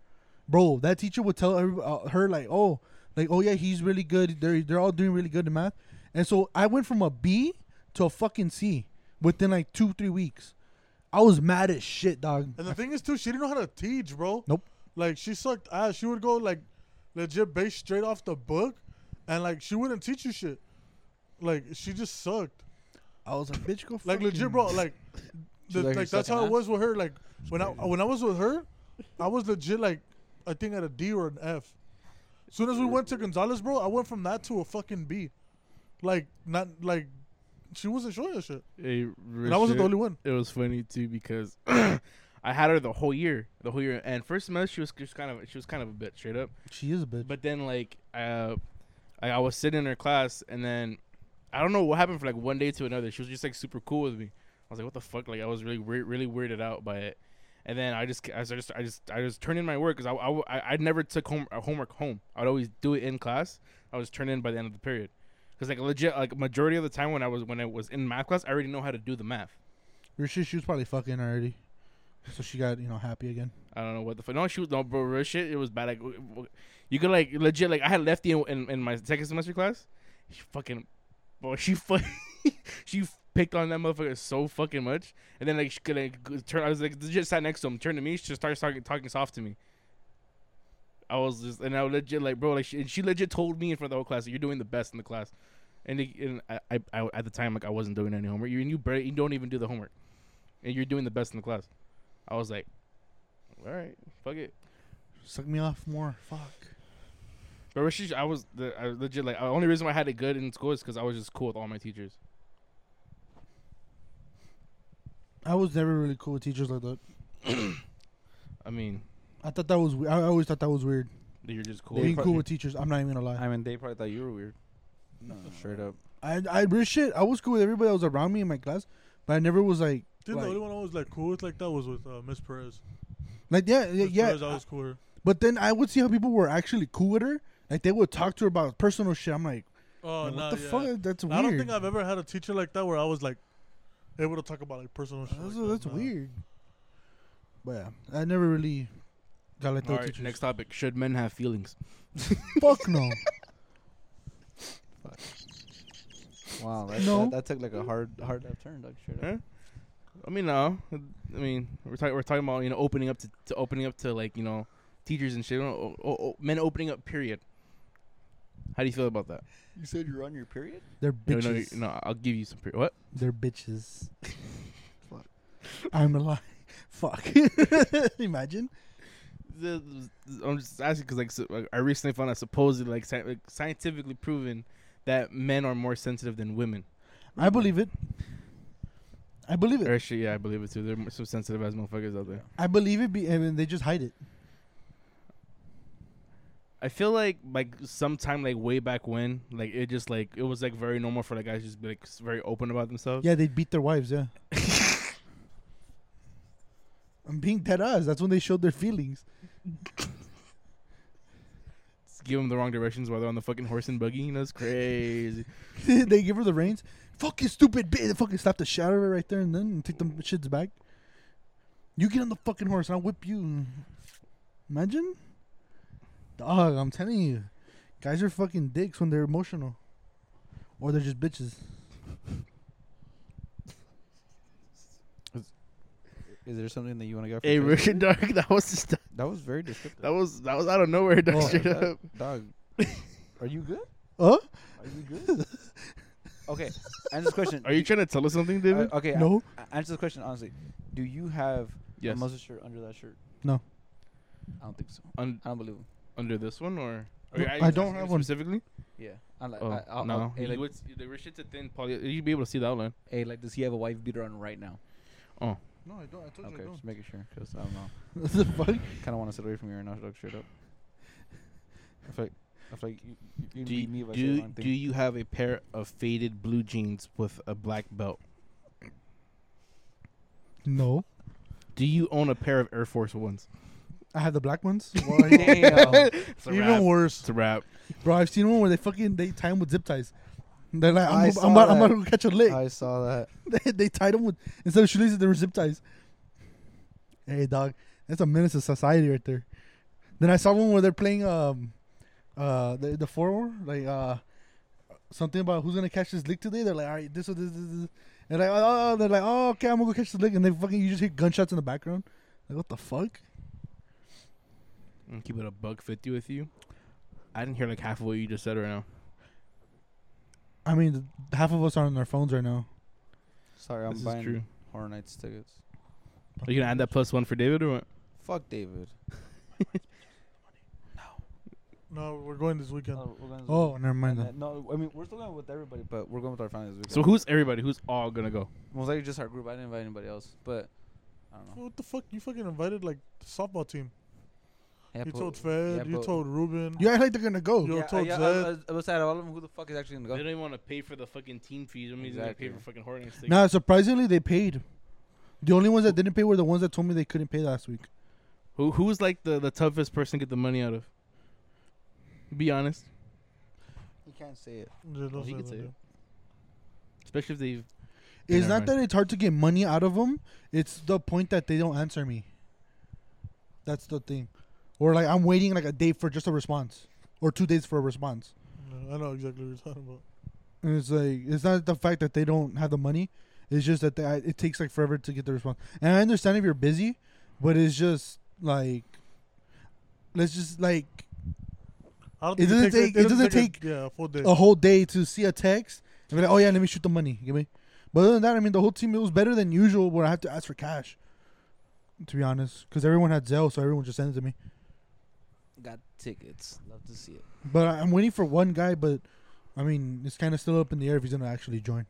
bro. That teacher would tell her, uh, her like, oh, like oh yeah, he's really good. They're they're all doing really good in math, and so I went from a B to a fucking C within like two three weeks. I was mad as shit, dog. And the thing is, too, she didn't know how to teach, bro. Nope. Like she sucked ass. She would go like legit based straight off the book, and like she wouldn't teach you shit. Like she just sucked. I was like, bitch, go Like legit, fucking- bro. Like, was the, like, like, "You're that's sucking how it ass?" was with her. Like when I when I was with her, I was legit like I think at a D or an F. Soon as we went to Gonzalez, bro, I went from that to a fucking B. Like not like she wasn't showing us shit, Hey, and I wasn't Richard. the only one. it was funny too because [coughs] I had her the whole year, the whole year, and first semester she was just kind of she was kind of a bit straight up. she is a bitch. But then like uh, I, I was sitting in her class, and then I don't know what happened from like one day to another. She was just like super cool with me. I was like, what the fuck? Like I was really weir- really weirded out by it. And then I just I just I just I just turned in my work because I, I w- I- I never took home uh, homework home. I'd always do it in class. I was turned in by the end of the period. Cause like legit, like majority of the time when I was when I was in math class, I already know how to do the math. Your shit, she was probably fucking already. So she got, you know, happy again. I don't know what the fuck. No, she was no bro. Real shit. It was bad. Like w- w- you could like legit. Like I had lefty in, in, in my second semester class. She fucking, boy, she fuck, [laughs] she picked on that motherfucker so fucking much. And then like she could like g- turn. I was like legit sat next to him, turned to me. She just started talking talking soft to me. I was just and I was legit like bro like she, and she legit told me in front of the whole class you're doing the best in the class, and, it- and I, I, I at the time like I wasn't doing any homework. You and you barely, you don't even do the homework, and you're doing the best in the class. I was like, all right, fuck it. Suck me off more. Fuck. But Rishi, I was the I was legit like the only reason why I had it good in school is because I was just cool with all my teachers. I was never really cool with teachers like that. I mean, I thought that was. we- I always thought that was weird. that you're just cool. Being with cool with teachers. I'm not even gonna lie. I mean, they probably thought you were weird. [laughs] No, straight up. I, I real shit. I was cool with everybody that was around me in my class, but I never was like, Dude, Like- the only one I was like cool with like that was with uh, Miss Perez. like yeah, yeah. Miss yeah. Perez, I was cool. with her. But then I would see how people were actually cool with her. Like they would talk to her about personal shit. I'm like, Oh, what nah, the yeah. fuck? That's weird. I don't think I've ever had a teacher like that where I was like able to talk about like personal shit. That's, like that, that's nah. weird. But yeah, I never really got like All that. right, teachers. next topic: Should men have feelings? fuck no. Wow, that, No. that, that took like a hard, hard left turn, dog. Straight Huh? up. I mean, no. I mean, we're talking we're talking about you know opening up to, to opening up to like you know teachers and shit. You know, o- o- o- men opening up. Period. How do you feel about that? You said you're on your period. They're [laughs] No, no, bitches. no, I'll give you some. Period. What? They're bitches. Fuck. [laughs] I'm a lie. Fuck. [laughs] Imagine. The- the- I'm just asking because like, so, like, I recently found out supposedly like, sci- like scientifically proven that men are more sensitive than women. I believe it. I [laughs] believe Or it. actually, yeah, I believe it too. They're more so sensitive as motherfuckers out there. I believe it. Be, I mean, they just hide it. I feel like like sometime like way back when, like it just like it was like very normal for like guys just be like s- very open about themselves. Yeah, they beat their wives. [laughs] Yeah. I'm being dead ass. That's when they showed their feelings. [laughs] Just give them the wrong directions while they're on the fucking horse and buggy. You know, it's crazy. they give her the reins. Fucking stupid bitch. They fucking slap the shit out of her right there and then and take them shits back. You get on the fucking horse and I'll whip you. Imagine? Dog, I'm telling you. Guys are fucking dicks when they're emotional. Or they're just bitches. Is there something that you want to go? [laughs] For hey, Chelsea? Richard Dark, that was just, That was very descriptive. that was that was out of nowhere. Dark, Oh. straight uh, up. Dog, are you good? Huh? Are you good? okay, answer this question. Are you trying to tell us something, Uh, David? okay, No. a- answer this question honestly. Do you have yes. a mustard shirt under that shirt? No. I don't think so. Un- I don't believe him. under this one or? No, are you I asking don't have me one. specifically. Yeah. I'm like, Oh I, I'll, no, I'll, hey, you like, would, s- the Richard's a thin poly. You'd be able to see the outline. Oh. hey, like, does he have a wife beater on right now? No, I don't. I told Okay, [laughs] just making sure, cause I don't know. the fuck? Kind of want to sit away from you right now, dog. Straight up. I feel like, I feel like you, you, you Do, need me if I say the do, wrong do thing. you have a pair of faded blue jeans with a black belt? No. Do you own a pair of Air Force Ones? I have the black [laughs] ones. [laughs] Damn. It's Even worse. It's a wrap. Bro, I've seen one where they fucking they tie them with zip ties. They're like, I I'm, saw I'm, about, I'm that. about to catch a lick. I saw that. [laughs] they, they tied them with instead of shoelaces, they were zip ties. Hey, dog, that's a menace to society right there. Then I saw one where they're playing um, uh, the the four like uh, something about who's gonna catch this lick today. They're like, all right, this one, this, this, this. And like, oh, they're like, oh, okay, I'm gonna go catch the lick, and they fucking you just hear gunshots in the background. Like, what the fuck? I'm keep it a buck fifty with you. I didn't hear like half of what you just said right now. I mean, th- half of us are on our phones right now. Sorry, I'm this buying is true. Horror Nights tickets. Are you gonna add that plus one for David or what? Fuck David. No, we're going this weekend. No, we're going with- Oh, never mind and then. then- No, I mean we're still going with everybody, but we're going with our families. this So weekend. who's everybody? Who's all gonna go? most likely just our group. I didn't invite anybody else, but I don't know. What the fuck? You fucking invited like the softball team. Yeah, you but- told Fed. yeah, you but- told Ruben. You act like they're gonna go. Yo, Yeah, told yeah, uh, I, Zed. I, I was sad. All of them. Who the fuck is actually gonna go? They don't even want to pay for the fucking team fees. I'm gonna pay Exactly. for fucking Hornets. tickets. Nah, surprisingly, they paid. The only ones that didn't pay were the ones that told me they couldn't pay last week. Who who's like the, the toughest person to get the money out of? Be honest, You can't say it. Yeah, don't Well, he say could that, say yeah. it. especially if they've. It's Never not that it's hard to get money out of them. It's the point that they don't answer me. That's the thing. Or like I'm waiting like a day for just a response, or two days for a response. Yeah, I know exactly what you're talking about. And it's like it's not the fact that they don't have the money. It's just that they, I, it takes like forever to get the response. And I understand if you're busy, but it's just like let's just like I don't It think doesn't takes- take- it doesn't a- yeah, a full day. a whole day to see a text and be like, oh yeah, let me shoot the money. Give me. But other than that, I mean, the whole team it was better than usual where I have to ask for cash. To be honest, because everyone had Zelle, so everyone just sent it to me. Got tickets. Love to see it. But I- I'm waiting for one guy. But I mean, it's kind of still up in the air if he's gonna actually join.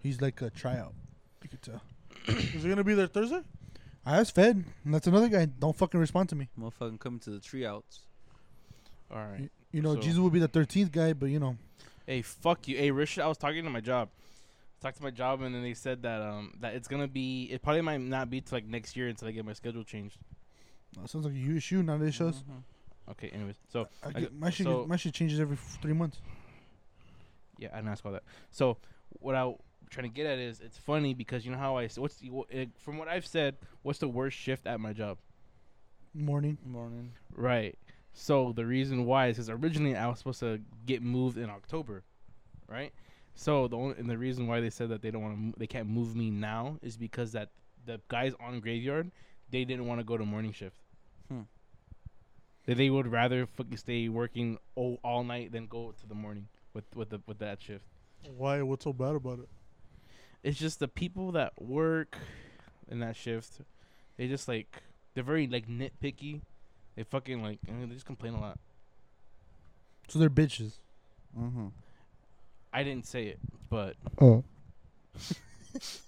He's like a tryout. You could tell. Is it gonna be there Thursday? I asked Fed, and Ah, that's another guy. Don't fucking respond to me. Motherfucking coming to the tree outs. All right. You know, So- Jesus would be the thirteenth guy, but you know, Hey, fuck you. Hey, Richard, I was talking to my job. talked to my job, and then they said that um that it's gonna be it probably might not be till like next year until I get my schedule changed. that sounds like a you issue now that it shows. Mhm. Okay, anyways, so I Uh-huh. I get- get- my shit, so- my shit changes every f- three months. yeah, I didn't ask all that. So what I'm trying to get at is it's funny because you know how I s- what's the, wh- eh, from what I've said what's the worst shift at my job? Morning. Mm-hmm. Morning. Right. So the reason why is because originally I was supposed to get moved in October, right? So the only and the reason why they said that they don't want to they can't move me now is because that the guys on graveyard they didn't want to go to morning shift. Hmm. That they would rather fucking stay working all, all night than go to the morning with with the with that shift. Why? What's so bad about it? It's just the people that work in that shift, they just like they're very like nitpicky. They fucking like eh, they just complain a lot. So they're bitches. Mm-hmm. I didn't say it, but Oh.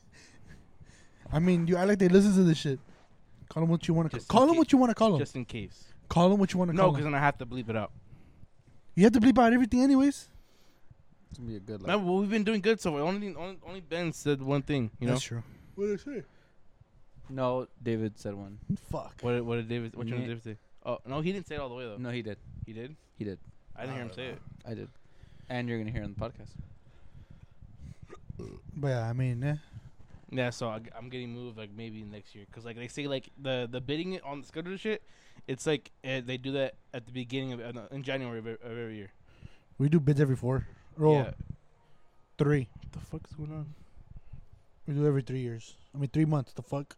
[laughs] I mean, you. I like they listen to this shit. Call them what you want to Just call. Call in them what you want to call them. just in case. Call them what you want to No, call because them. then I have to bleep it out. You have to bleep out everything, anyways. It's gonna be a good Man, life. well, we've been doing good so far. Only, thing- only, only Ben said one thing. You know That's true. What did I say? No, David said one. Fuck. what? What did David? What did Meh. David say? Oh no, he didn't say it all the way though. No, he did. He did. He did. I didn't hear him say it. I did. And you're gonna hear it on the podcast. But yeah, I mean, eh. Yeah, so I, am getting moved like maybe next year because like they say like the the bidding on the schedule shit, it's like uh, they do that at the beginning of uh, no, in January of, e- of every year. we do bids every four. Roll Yeah. three. What the fuck's going on? We do every three years. I mean, three months. The fuck.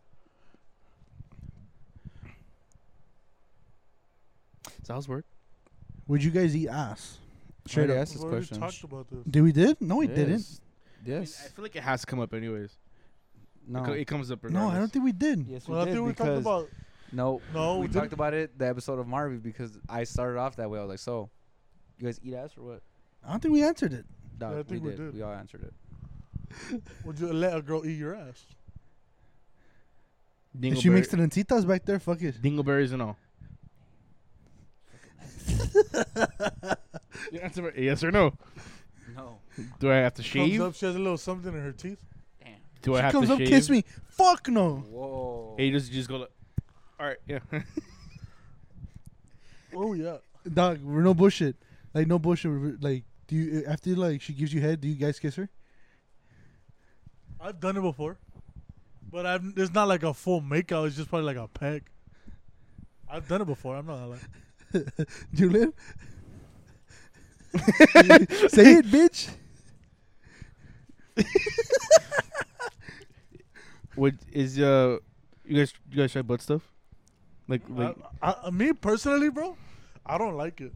So how's work? Would you guys eat ass? Straight up. asked We've this already question. talked about this. Did we did? No, we didn't. Yes. I, mean, I Yes. feel like it has to come up anyways. It co- No. It comes up. No, I regardless. don't think we did. Yes, we Well, I did think we talked because- about. no, No, we we didn't. talked about it the episode of Marvy because I started off that way. I was like, so you guys eat ass or what? I don't think we answered it. No, Yeah, I we, think did. we we did. all answered it. Would you let a girl eat your ass? If she makes Dingleberry- trencitas back there, fuck it. dingleberries and [laughs] all. You answer it, yes or no? No. Do I have to Comes shave? up, she has a little something in her teeth. Damn. Do I she have comes to up, shave? kiss me. Fuck no. Whoa. Hey, you just you just go. Like, all right, yeah. [laughs] Oh yeah. Dog, we're no bullshit. Like no bullshit. we're- Like do you uh, after like she gives you head? Do you guys kiss her? [laughs] I've done it before, but I've, it's not like a full makeout. It's just probably like a peck. I've done it before. I'm not gonna lie. Julian, [laughs] say it, bitch. Would is uh you guys you guys try butt stuff? Like, like I, I, me personally, bro, I don't like it.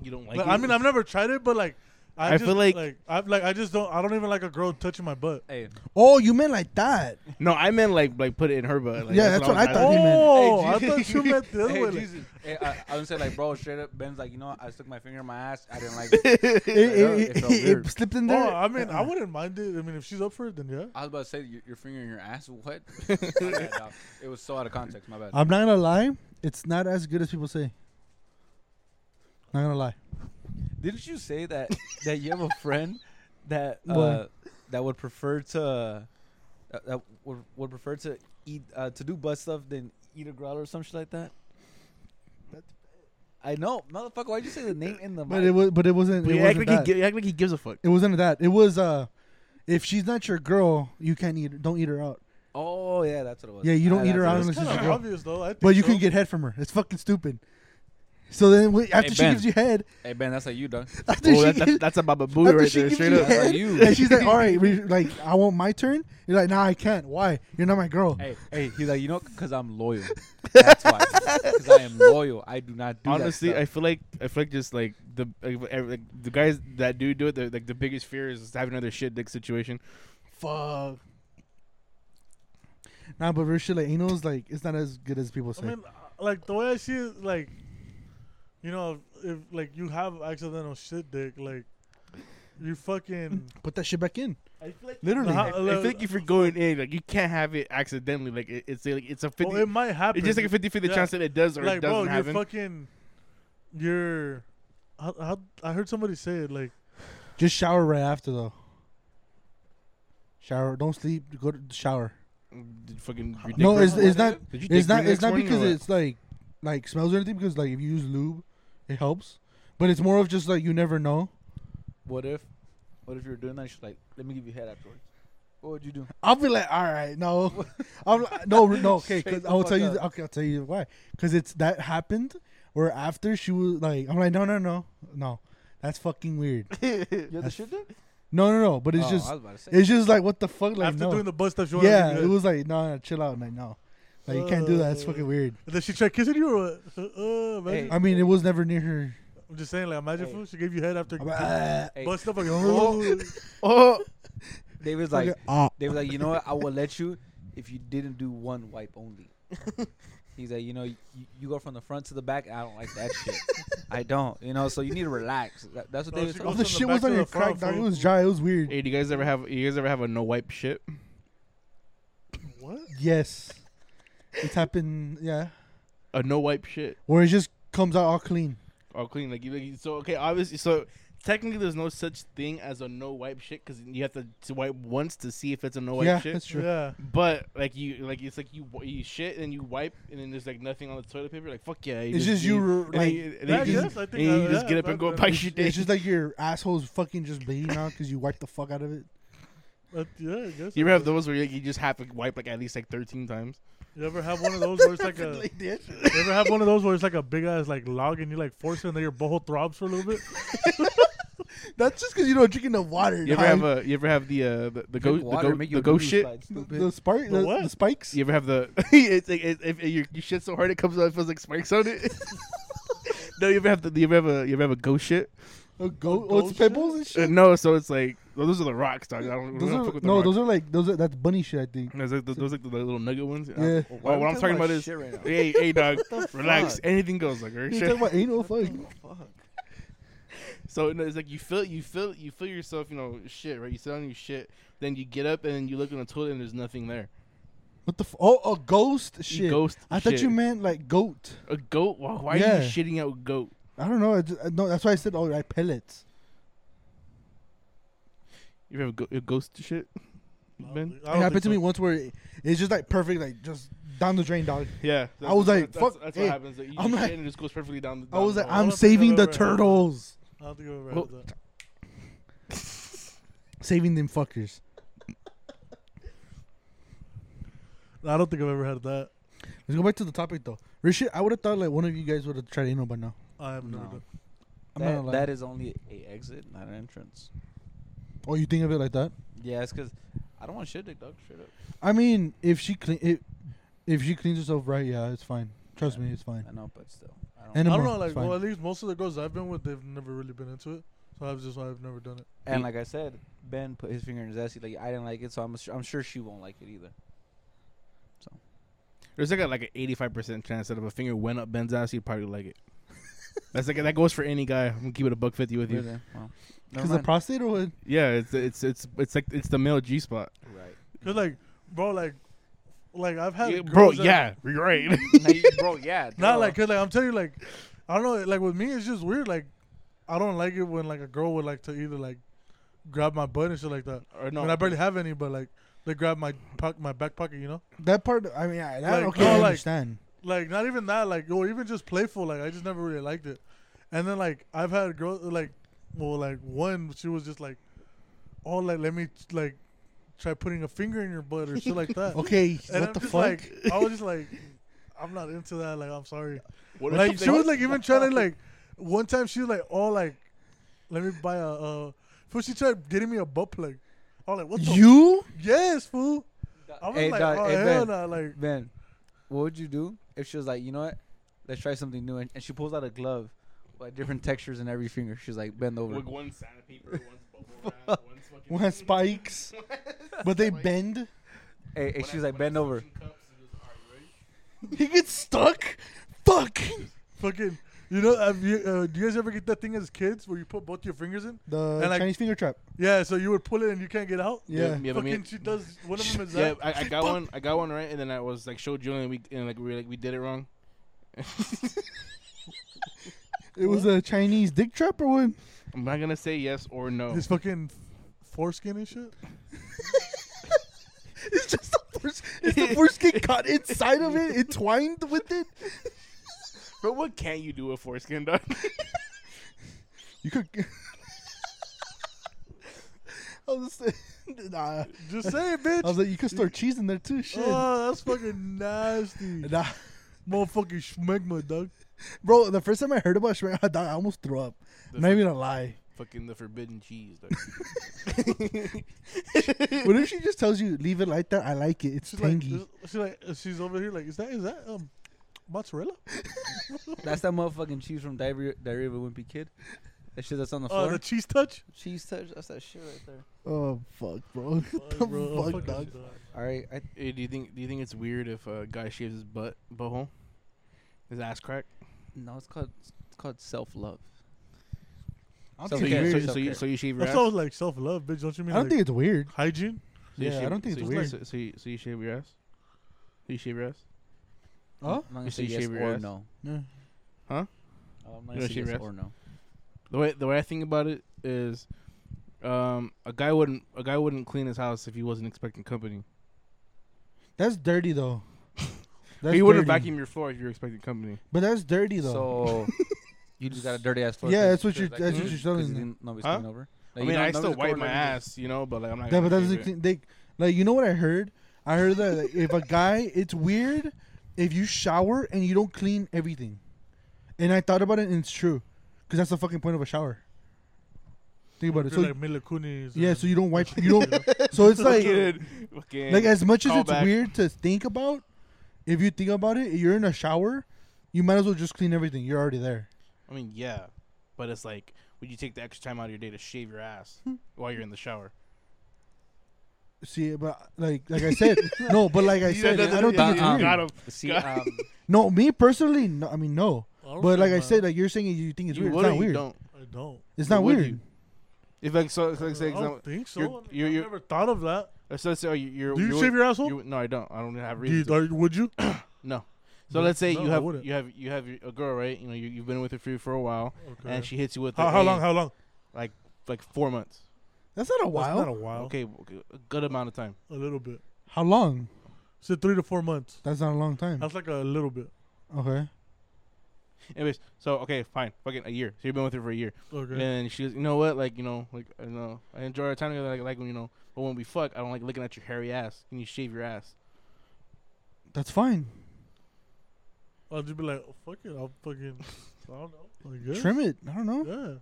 you don't Like, I mean, I've never tried it, but like, I, I just, feel like- I've like I just don't. I don't even like a girl touching my butt. Hey, Oh, you meant like that? no, I meant like like put it in her butt. Like, Yeah, that's what I was thought asking. you meant- Oh, Hey, I Jesus. thought you meant the other hey, way. like- Jesus. Hey, I, I was saying like, bro, straight up, Ben's like, you know, I stuck my finger in my ass. I didn't [laughs] like it. [laughs] It, it, it it, felt it weird. slipped in there. oh, I mean, I wouldn't mind it. I mean, if she's up for it, then yeah. I was about to say your, your finger in your ass. What? [laughs] My bad, dog. it was so out of context. My bad. I'm not gonna lie. It's not as good as people say. Not gonna lie. Didn't you say that [laughs] that you have a friend that What? uh, that would prefer to uh, that, that would, would prefer to eat uh, to do butt stuff than eat a growler or some shit like that? I know, motherfucker. Why'd you say the name in [laughs] the But mic? it was. But it wasn't. But It you act wasn't like, that. he, gi- you act like he gives a fuck. It wasn't that. It was. Uh, if she's not your girl, you can't eat. her. Don't eat her out. oh yeah, that's what it was. Yeah, you don't Ah, eat that's her what out it was. unless Kind it's of your girl. obvious though. I think But you can so. get head from her. It's fucking stupid. So then, wait, after she Ben. gives you head, [laughs] Hey Ben, that's like you, dog. after Oh, she that, that, gives, that's about a boo after right she there. gives Straight you up. That's head, like you. and she's like, "All right, [laughs] we, like I want my turn." You're like, "Nah, I can't. Why? You're not my girl." Hey, hey, he's like, you know, because [laughs] I'm loyal. That's why. Because I am loyal. I do not do Honestly, I that feel like I feel like just like the like, ev- like, the guys that do do it, they're, like the biggest fear is having another shit dick situation. fuck. Nah, but real shit, like anals, like it's not as good as people I say. mean, uh, like the way I see it, like, you know, if, if like you have accidental shit dick, like, you fucking. [laughs] Put that shit back in. I feel like Literally. I feel like if you're going in, like you can't have it accidentally. Like it, it's like it's a fifty. Well, oh, it might happen. it's just like a 50 50 Yeah. chance that it does or like, it doesn't bro, happen. you're fucking. You're. How, how, I heard somebody say it like. Just shower right after though. Shower. Don't sleep. Go to the shower. Did Mm, fucking your dick No, ring? it's, it's not. Did you dick It's not. ring next It's not morning or because what? it's like, like smells or anything. Because like if you use lube, it helps. But it's more of just like you never know. What if, what if you were doing that? She's like, let me give you head afterwards. What would you do? I'll be like, all right, no, [laughs] I'm like, no, [laughs] no, okay. Straight Cause the I'll fuck tell you. up. Okay, I'll tell you why. Cause it's that happened. Where after she was like, I'm like, no, no, no, no, that's fucking weird. [laughs] You had the shit dick? No, no, no. But it's Oh, just, I was about to say. it's just like, what the fuck, like, after no. doing the butt stuff, you wanna yeah, be it good. was like, no, no, chill out, like, no, like you can't do that. It's fucking weird. And then she tried kissing you, or what? [laughs] Uh, uh, imagine, I mean, it was never near [laughs] her. I'm just saying, like, imagine Hey. fool, she gave you head after I'm like, "Ah." Hey. butt stuff. Like, [laughs] Oh. Oh, David's like, Fucking, ah. David's like, you know what? I will let [laughs] you if you didn't do one wipe only. He's like, you know, you, you go from the front to the back. I don't like that [laughs] shit. I don't, you know. So you need to relax. That, that's what Oh, No, David's she talking Oh, the goes- about. shit from the back was to on the your front, crack, dog. It fool. was dry. It was weird. hey, do you guys ever have you guys ever have a no wipe shit? what? Yes, it's happened. Yeah, A no wipe shit. where it just comes out all clean. All clean. Like you, like, you- so okay, obviously, so technically, there's no such thing as a no wipe shit because you have to, to wipe once to see if it's a no wipe yeah, shit. that's true. [laughs] Yeah. But like you, like it's like you w- you shit and you wipe and then there's like nothing on the toilet paper. Like fuck yeah, It's just you, re- and like, then you- and Yeah, then you yes, just, I and think you I- just yeah, get up and I've go done about it. your day. it's just like your asshole's fucking just bleeding out because you wiped the fuck out of it. That, yeah, I guess. you ever have those where you, you just have to wipe like at least like 13 times? You ever have one of those where [laughs] it's [laughs] like a? You ever have one of those where it's like a big ass like log and you like force it and then your butthole throbs for a little bit? That's just because you don't drink enough water. You ever have a? You ever have the uh, the, the go Drink the water, go, make the your go boobs shit? slide, the, stupid. spike, The the, what? the spikes. You ever have the? [laughs] it's like it, if you you shit so hard it comes out, it feels like spikes on it. [laughs] no, you ever have the? You ever have a? You ever have a go shit? A goat, goat oh, it's pebbles and Uh, shit. no, so it's like well, those are the rocks, dog. I don't, we those don't are, fuck with the no, rocks. those are like those. Are, that's bunny shit, I [laughs] think. Those are the, those are like the little nugget ones. Yeah. Uh, well, what I'm talking about is, shit right now. hey, [laughs] hey, dog, relax. fuck? Anything goes, like right? You talking about anal? Fuck. So no, it's like you feel, you feel, you feel yourself, you know, shit, right? You sit on your shit, then you get up and then you look in the toilet and there's nothing there. What the? F- oh, a ghost You shit. Ghost. I thought shit. you meant like goat. a goat. Why, why Yeah. are you shitting out goat? I don't know. I just, I- no, that's why I said oh, like pellets. You ever have go- a ghost shit? Ben? [laughs] It I don't happened think to so. me once where it, it's just like perfect, like just down the drain, dog. Yeah, I was like, that's, fuck, That's hey. what happens. Like, you I'm shit like- and it just goes perfectly down. the I was like, down the I'm don't think saving I've the ever had that. turtles, I don't think I've ever had Well, that. saving them fuckers. I don't think I've ever had that. Let's go back to the topic though. Rishi, I would have thought like one of you guys would have tried anal by now. I have never No. done. I'm not That, gonna lie. that is only a exit, not an entrance. Oh, you think of it like that? Yeah, it's because I don't want shit dick, dog. Straight up. I mean, if she clean if, if she cleans herself right, yeah, it's fine. Trust me, it's fine. I know, but still. I don't. And I don't know, like, well, at least most of the girls I've been with, they've never really been into it. So I've just, I've never done it. and like I said, Ben put his finger in his ass. He like, I didn't like it, so I'm sure, I'm sure she won't like it either. There's like a, like an 85 percent chance that if a finger went up Ben's ass, he'd probably [laughs] like it. That's like that goes for any guy. I'm gonna keep it a buck fifty with you. Really? Well, never [laughs] because the mind. prostate or what? Yeah, it's it's it's it's like it's the male G spot. right. Cause like, bro, like, like I've had Yeah, bro, girls that- yeah, you're [laughs] right. Now you- bro, [laughs] yeah. Not duh. like, cause like I'm telling you, like, I don't know, like with me, it's just weird. Like, I don't like it when like a girl would like to either like grab my butt and shit like that. or no, and I barely have any, but like they grab my poc- my back pocket, you know. That part, I mean, I, that, Like, okay, no, I like- understand. Like not even that, like or even just playful. Like I just never really liked it. And then like I've had girls like, well, like one she was just like, oh, like let me like try putting a finger in your butt or shit like that. [laughs] okay, [laughs] And what I'm the just fuck? Like, oh. I was just like, I'm not into that. Like I'm sorry. What if like they- she was like even trying to like one time she was like oh like let me buy a uh first she tried getting me a butt plug i was like what the you? yes fool I was Hey, like dog, oh hey, hell Ben. no like Ben, what would you do if she was like, you know what? Let's try something new, and, and she pulls out a glove, like different textures in every finger. She's like, bend over. Like one sandpaper, one's bubble [laughs] wrap, one's fucking. Well, spikes, but they bend. Hey, and she's like, bend over. He gets stuck. Fuck. fucking you know have you uh, do you guys ever get that thing as kids where you put both your fingers in The like- Chinese finger trap. yeah so you would pull it and you can't get out Yeah. Yeah, but me- fucking she does one of them is Yeah, that I, I got one. I got one right, and then I was like showed Julian, and we and like we were, like we did it wrong. [laughs] It was a Chinese dick trap or what? I'm not gonna say yes or no. his fucking foreskin and shit [laughs] It's just the first. It's the foreskin cut inside of it, entwined with it. [laughs] But what can you do with foreskin, dog? [laughs] You could. [laughs] I was just, [laughs] nah. Uh, just say it [laughs] I was bitch like, you could store cheese in there too. Shit. oh that's fucking nasty [laughs] Nah. motherfucking schmegma dog Bro, the first time I heard about shrimp, I almost threw up. The I'm not even gonna lie. Fucking the forbidden cheese, dog. What if she just tells you, leave it like that? I like uh, it. It's She's like, tangy. she's like, she's over here. Like, is that is that um, mozzarella? That's that motherfucking cheese from Diary, Diary of a Wimpy Kid. That shit that's on the Oh, floor. the cheese touch. cheese touch. That's that shit right there. oh, fuck, bro. [laughs] What [laughs] the Bro, fuck, fuck dog? this, dog. All right, I, [laughs] Hey, do you think do you think it's weird if a guy shaves his butt butthole, his ass crack? no, it's called it's called self love. I don't, So So think, you, Okay. so, it's weird. so you so you shave your ass. That's all like self love, bitch. Don't you I mean? don't like, think it's weird. So hygiene. you Yeah, I shave- don't think so it's you- weird. So, so you so you shave your ass? So you shave your ass? Huh? I'm not gonna You say say yes shave your or ass? no. Yeah. Huh? Oh, I'm not You gonna don't say shave yes your ass? or no. The way the way I think about it is, um, a guy wouldn't a guy wouldn't clean his house if he wasn't expecting company. That's dirty, though. That's he wouldn't dirty. vacuum your floor if you're expecting company. But that's dirty, though. [laughs] So you just got a dirty ass floor. Yeah, 'cause- that's what you're- 'cause, that's what you're mm, 'cause telling you them. didn't- Nobody's Huh? coming over. Like, I you mean, don't- I still nobody's wipe coming my over, you ass, you know, but like I'm not. yeah, gonna but that's shave the it. thing. They, like, you know what I heard? I heard that like, if a guy, it's weird if you shower and you don't clean everything. And I thought about it, and it's true. Because that's the fucking point of a shower. Think about it. You're So, like Mila Kunis. yeah, and- so you don't wipe. You don't. so it's like. Fucking- [laughs] fucking Like as much as call it's back. weird to think about, if you think about it, you're in a shower, you might as well just clean everything. You're already there. I mean, yeah, but it's like, would you take the extra time out of your day to shave your ass Hmm. while you're in the shower? See, but like like I [laughs] said, no, but like I said, I don't yeah, think it's yeah. weird. Got him. See, God. um, No, me personally, no, I mean no. I don't But know, like I man. said, like you're saying, you think it's You weird. would It's or not you weird. don't. I don't. It's not Would weird. you? If like so, so, I like, say don't example, think so. you're- I mean, you're- you're- I've never thought of that. so, so you you're, Do you you're- shave your asshole? you- no, I don't. I don't have Do you, reason. to. are, would you? [coughs] No. So No, let's say no, you I have wouldn't. you have you have a girl, right? You know, you, you've been with her for for a while, and she hits you with how, a- how long? How long? like four months. That's not a That's while. not a while. Okay, w- a good amount of time. A little bit. How long? So three to four months. That's not a long time. That's like a little bit. Okay. Anyways, so okay, fine, fucking a year. So you've been with her for a year, Okay. and then she goes, you know what? Like you know, like I know, I enjoy our time together. Like like when you know, but when we fuck, I don't like looking at your hairy ass. Can you shave your ass? That's fine. I'll just be like, oh, fuck it. I'll fucking. I don't know. I guess. Trim it. I don't know. Yeah.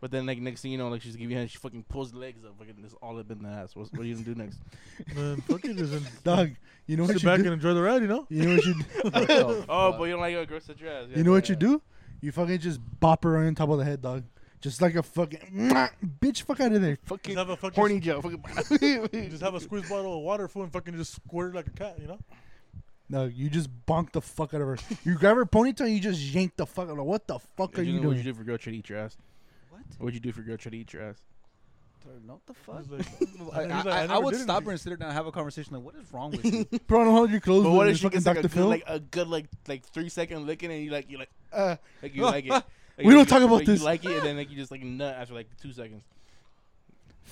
But then like next thing you know, like she's giving hand, she fucking pulls the legs up, fucking just all up in the ass. What's, what are you gonna do next? [laughs] Man, fuck it, just Dog, you know what sit you back do? and enjoy the ride. You know, [laughs] You [laughs] know what you do? [laughs] oh, fuck. but you don't like how a girl such your ass. Yeah, You know what yeah. you do? You fucking just bop her on top of the head, dog. Just like a fucking bitch. Fuck out of there. just Fucking have a fucking horny Joe. Fucking [laughs] Just have a squeeze bottle of water full and fucking just squirt it like a cat. You know. No, you just bonk the fuck out of her. You grab her ponytail, and you just yank the fuck out of her. What the fuck are you you know what you doing? do for a girl try to eat your ass? What? What'd you do for a girl try to eat your ass? What the fuck? He's like, I, he's like, I- I never would did stop anything. her and sit her down and have a conversation. Like, what is wrong [laughs] with you? Put on hold your clothes. But what with if she fucking gets like Dr. a good, Phil? like a good like like three second licking and you like you like uh like you [laughs] like it. Like, We don't you- talk about like, you this. like it and then like you just like nut after like two [laughs] seconds.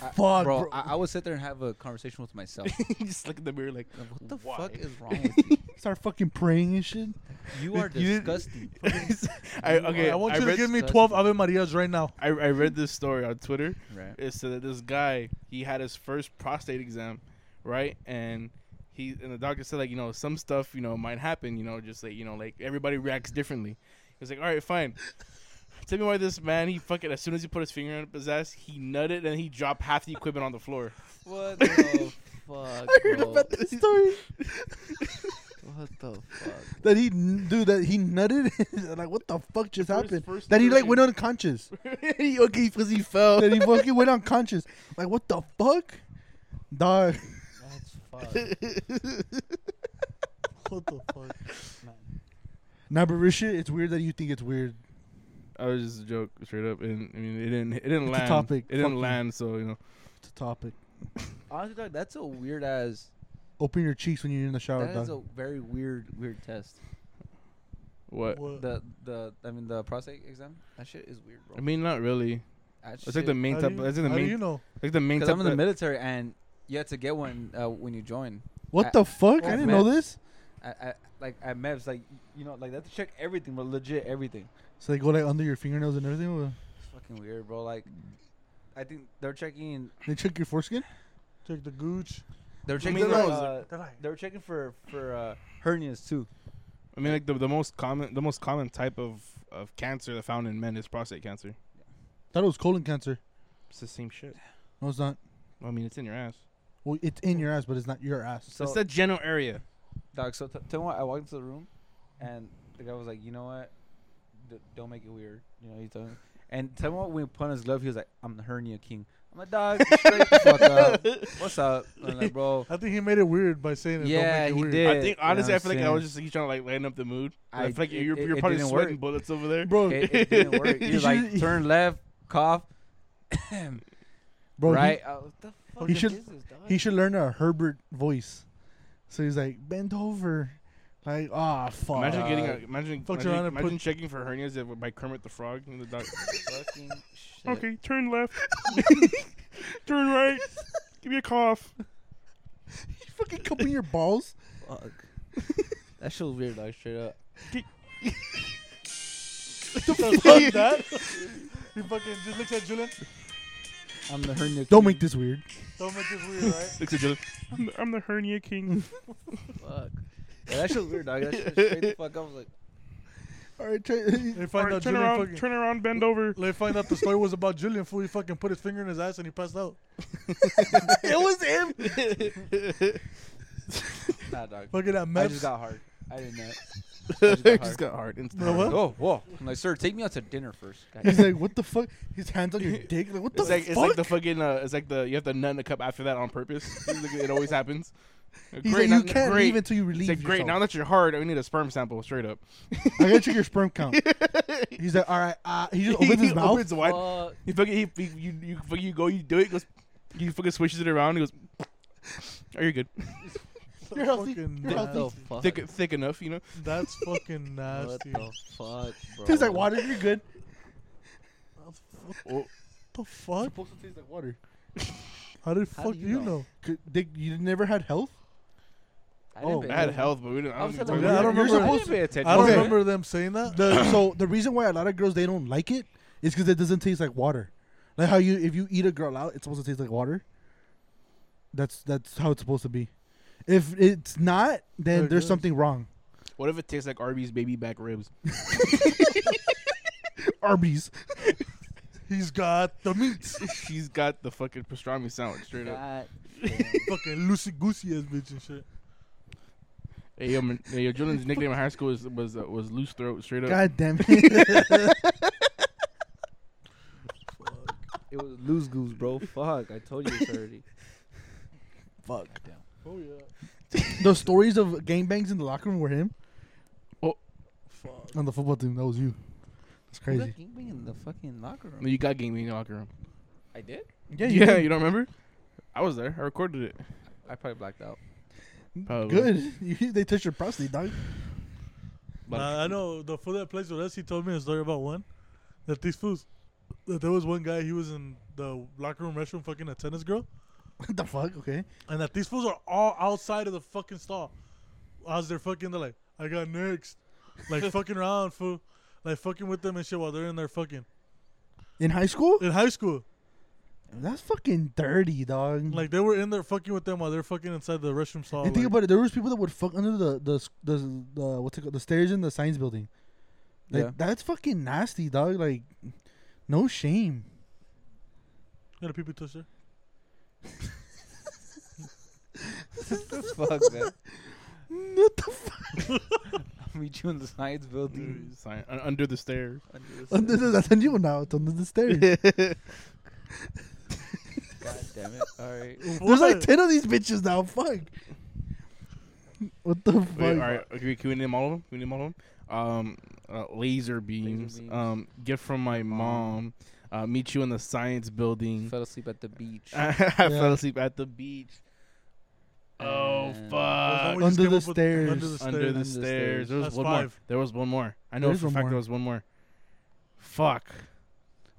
I- Fuck, bro. Oh, bro. I, I would sit there and have a conversation with myself. [laughs] you just look in the mirror like [laughs] Like, what the Why? fuck [laughs] is wrong with you? Start fucking praying and shit. [laughs] You are You didn't- disgusting. [laughs] I [laughs] okay. I want you to read, give me disgusting. twelve Ave Marias right now. I, I read this story on Twitter. [laughs] right. It said that this guy he had his first prostate exam, right? And he and the doctor said like you know some stuff you know might happen you know just like you know like everybody reacts differently. He was like all right fine. [laughs] Tell me why this man he fucking as soon as he put his finger up his ass he nutted and he dropped half the equipment on the [laughs] floor. What the fuck, bro? What this story. the fuck? [laughs] that he do that he nutted. [laughs] like what the fuck just First- happened? first that he like story. went [laughs] unconscious. okay, because he Oh. fell. that he fucking went unconscious. Like what the fuck, dog. [laughs] That's fucked. What the fuck? Nah, but real shit, it's weird that you think it's weird. I was just a joke, straight up. And I mean, it didn't. It didn't It's a land. topic. It didn't Fuck you. land. So you know. It's a topic. Honestly, dog, that's a weird ass. Open your cheeks when you're in the shower, That dog. is a very weird, weird test. What? What? The the I mean the prostate exam. That shit is weird, bro. I mean, not really. That It's like the main How do type. you- It's like the how do main. you know? like the main Because type. I'm in the that- military and you had to get one uh, when you join. what I- the fuck? Oh, I didn't know man. this. I, I, like at MEVS, like you know, like they have to check everything, but legit everything. So they go like under your fingernails and everything. or It's fucking weird, bro. Like, I think they're checking. They check your foreskin. Check the gooch. They're I mean, checking. for, they're uh, They're like, they're checking for for uh, hernias too. I mean, like the, the most common the most common type of of cancer that found in men is prostate cancer. Thought it was colon cancer. It's the same shit. No, it's not. I mean, it's in your ass. Well, it's in your ass, but it's not your ass. So it's the general area. Doc, so t- tell me what, I walked into the room, and the guy was like, "You know what? D- don't make it weird." You know, he told me. And tell me what when he put on his glove, he was like, "I'm the hernia king." I'm like, "Dog, straight the fuck up. What's up?" I'm [laughs] like, "Bro, I think he made it weird by saying it. Yeah, don't he make it weird. did. I think you know what honestly, I'm I feel like I saying? was just he's trying to like lighten up the mood. I, I- feel like it- you're it- you're it probably didn't work. sweating bullets over there. Bro, it, [laughs] it didn't work." He You was like, should- "Turn left, cough, bro, he- right." I was, what the fuck he should- is this, dog? He should learn a Herbert voice. So he's like, bend over. Like, ah, fuck. Imagine [laughs] getting a, imagine Fucked imagine, around and imagine put- checking for hernias at- by Kermit the Frog in the [laughs] doc. fucking shit. okay, turn [laughs] left, turn right. Give me a cough. you fucking cupping [laughs] your balls. Fuck. That shit was weird, dog. Straight up. Fuck that. He fucking just looks at Julian. I'm the hernia. Don't king. make this weird. Don't make this weird, [laughs] right? Looks [laughs] at Julian. I'm the, I'm the hernia king. Fuck. Yeah, that shit was weird, dog. That shit [laughs] was straight the fuck up. I was like, All right, [laughs] try, [laughs] They find out Julian fucking. turn around, [laughs] bend over. they find out the story was about Julian. Fool, he fucking put his finger in his ass and he passed out. it was him. "Nah, dog." Fucking that I mess. just got hard. I didn't know. just got hard. Instant Bro, hard. what? Oh, whoa. I'm like, sir, take me out to dinner first. [laughs] he's like, what the fuck? His hands [laughs] on your dick. Like, what the It's like fuck? it's like the fucking uh, it's like the you have to nut in a cup after that on purpose. [laughs] It's like, it always happens. he's Great, like, now- you can't great. leave until you It's relieve like great. Now yourself. that you're hard, we need a sperm sample straight [laughs] up. I gotta check your [laughs] sperm count. He's like, all right. Uh, he just opens he his mouth. opens wide. He fucking he, he you you fucking you go you do it. He goes he fucking swishes it around. He goes, "Are you good? You're healthy. Fucking You're what healthy. nasty. the fuck? Thick thick enough, you know." That's fucking what nasty. the fuck, bro? Tastes like water. You're good. Oh, What the fuck? supposed to taste like water. How the How fuck do do you you know? know? Dick, you never had health? I didn't Oh, pay I had attention. health, but we didn't. I I was don't like, think we Yeah, I talked don't about you're remember- supposed to pay attention. I don't Okay. remember them saying that. The, so the reason why a lot of girls they don't like it is because it doesn't taste like water. Like how you if you eat a girl out, it's supposed to taste like water. That's that's how it's supposed to be. If it's not, then There it there's goes. something wrong. it. What if it tastes [laughs] [laughs] like Arby's baby back ribs? Arby's. [laughs] He's got the [laughs] meats. She's got the fucking pastrami sandwich straight up. God. Fucking loosey goosey ass bitch and shit. Hey, yo, man- hey, yo, Jordan's nickname in high school was was uh, was loose throat straight up. [laughs] God damn it. It was loose goose, bro. Fuck, I told you this already. Fuck. Oh yeah. Those stories of gangbangs in the locker room were him Fuck. on the football team. That was you. That's crazy. in the fucking locker room. No, you got gaming in the locker room. I did. Yeah, you yeah. [laughs] did. You don't remember? I was there. I recorded it. I probably blacked out. Probably. Good. [laughs] You, they touched your prostate, dog. But- Nah, I know the fool that plays with us. He told me a story about one that these fools. That there was one guy. He was in the locker room restroom fucking a tennis girl, What the fuck? Okay. and that these fools are all outside of the fucking stall. I was there fucking. They're like, I got next, [laughs] like fucking around fool, like fucking with them and shit while they're in there fucking In high school? in high school. That's fucking dirty, dog. Like they were in there fucking with them while they're fucking inside the restroom stall. and think like, about it. There was people that would fuck under the the the, the what's it called? The stairs in the science building. Like, Yeah. That's fucking nasty, dog. Like, no shame. you got a pee touch there. fuck, man. What the fuck? [laughs] I'll [laughs] meet you in the science building. Sign- un- under the stairs. Under the Under stairs. the, that's a new one now. It's under the stairs. God damn it. All right. [laughs] There's like What? ten of these bitches now. Fuck. What the fuck? Wait, all right. Okay, can we name all of them? Can we name all of them? Um, uh, laser, beams, beams. Um, gift from my mom. Uh, meet you in the science building. Fell asleep at the beach. [laughs] I Yeah. fell asleep at the beach. Oh And- There's fuck! one Under we just came the up with- stairs. Under the stairs. Under the the stairs. stairs. There was That's one more. five. There was one more. I know There is for a one fact more. there was one more. Fuck! [coughs]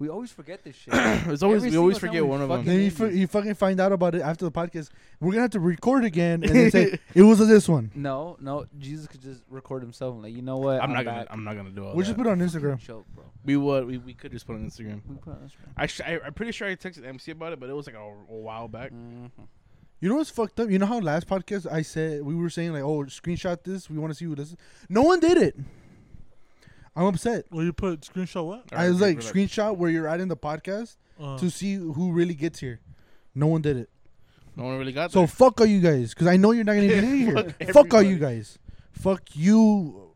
We always forget this shit. It's always Every we always single time forget we one of fucking them. Then you, fu- you fucking find out about it after the podcast. We're gonna have to record again and [laughs] then say it was this one. no, no. Jesus could just record himself and like, you know what? I'm not gonna. back. I'm not gonna do all We'll that. just put it on Instagram. Choke, bro. we would. We, we could just put it on Instagram. We put on Instagram. I sh- I, I'm pretty sure I texted MC about it, but it was like a, a while back. Mm. Mhm. Mm-hmm. You know what's fucked up? You know how last podcast I said we were saying like, oh, screenshot this. We want to see who this is. No one did it. I'm upset. Well, you put screenshot what? I was like, Alright, relax. screenshot where you're at in the podcast Uh, to see who really gets here. No one did it. No one really got So that. fuck all you guys, because I know you're not gonna even be here. Fuck fuck all you everybody. guys. Fuck you.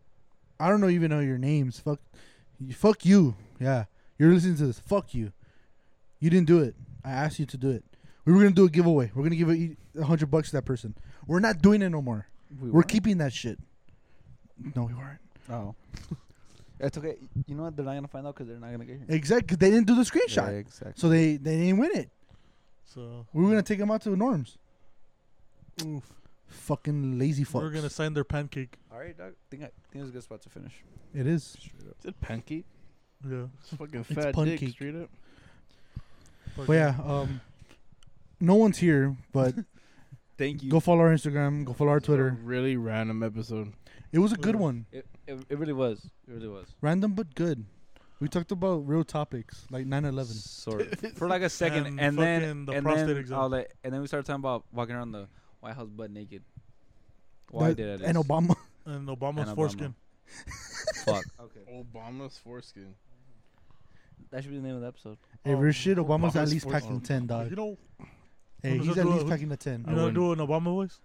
I don't know even know your names. Fuck. you- Fuck you. Yeah, you're listening to this. Fuck you. You didn't do it. I asked you to do it. We were gonna do a giveaway. We're gonna give a a hundred bucks to that person. We're not doing it no more. We We are weren't? keeping that shit. No, we weren't. Oh. [laughs] That's okay. You know what? They're not gonna find out because they're not gonna get here. Exactly. Cause they didn't do the screenshot, Yeah, exactly. so they they didn't win it. so We were gonna take them out to the norms. Fucking lazy fucks. we're gonna sign their pancake. All right, dog. Think I think it's a good spot to finish. It is. Is it pancake? Yeah. It's fucking It's fat dick pancake. straight up. fuck But yeah, um, no one's here, but Thank you. go follow our Instagram, go follow our Twitter. Really random episode. It was a good one, It, it, it really was. It really was. random but good. We talked about real topics like 9/11. Sort [laughs] of. For like a second, And and, then fucking the and prostate then exam. I'll let- and then we started talking about walking around the White House butt naked. Why That- did I? do and this? Obama. And Obama's And Obama. foreskin. [laughs] Fuck. okay. Obama's foreskin. That should be the name of the episode. Hey, Oh, real shit. Obama's, at Obama's least for- packing oh. ten, You [laughs] dog. know, Hey, Who's he's that at doing? least Who- packing a ten. you [laughs] know how to do an Obama voice?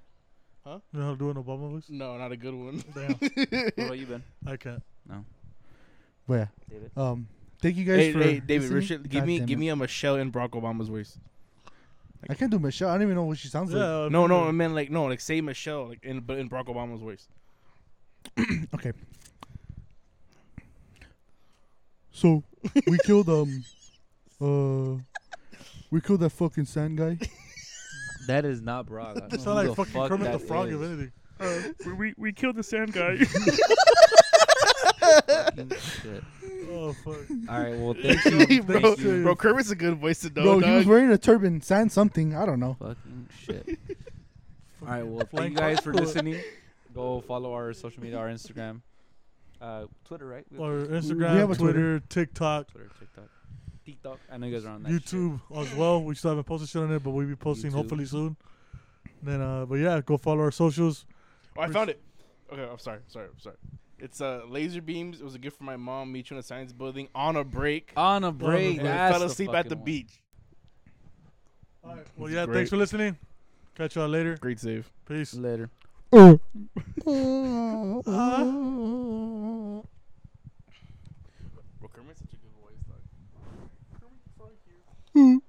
Huh? You know how to do an Obama voice? [laughs] No, not a good one. Damn, what about you, Ben? I can't. But David. yeah, um, thank you guys hey, for hey, David, listening. Richard, give God me damn give it. me a Michelle and Barack Obama's voice. I can't do Michelle. I don't even know what she sounds like. Yeah. No, no, I I'm meant like no, like say Michelle, like in but in Barack Obama's voice. Okay. So we killed um, uh, we killed that fucking sand guy. That is not Brock. I don't know sound who like the fucking fuck Kermit the that Frog, is. if anything. Uh, we we killed the sand [laughs] guy. [laughs] Fucking shit. Oh [laughs] fuck! All right. Well, [laughs] thank you. [laughs] thank bro, you. bro, Kermit's a good voice to know. Bro, he dog. was wearing a turban, sand something. I don't know. [laughs] Fucking shit. All right. Well, thank Flying you guys for cockroach. listening. Go follow our social media, our Instagram, uh, Twitter, right? We have Or We Instagram, have a Twitter, TikTok, Twitter, TikTok, TikTok. I know you guys are on that. shit. YouTube as well. We still haven't posted shit on it, but we'll be posting YouTube. hopefully soon. Then, uh, but yeah, go follow our socials. Oh, I found it. Okay, I'm sorry, sorry, I'm sorry. It's uh, laser beams. It was a gift from my mom. Meet you in a science building on a break. On a break. and I Uh, that's fell the asleep at fucking the one. beach. All right. Well, yeah. Great. Thanks for listening. Catch y'all later. Great save. Peace. Later. Mm. Well, Kermit's such a good voice, though. Kermit's so cute.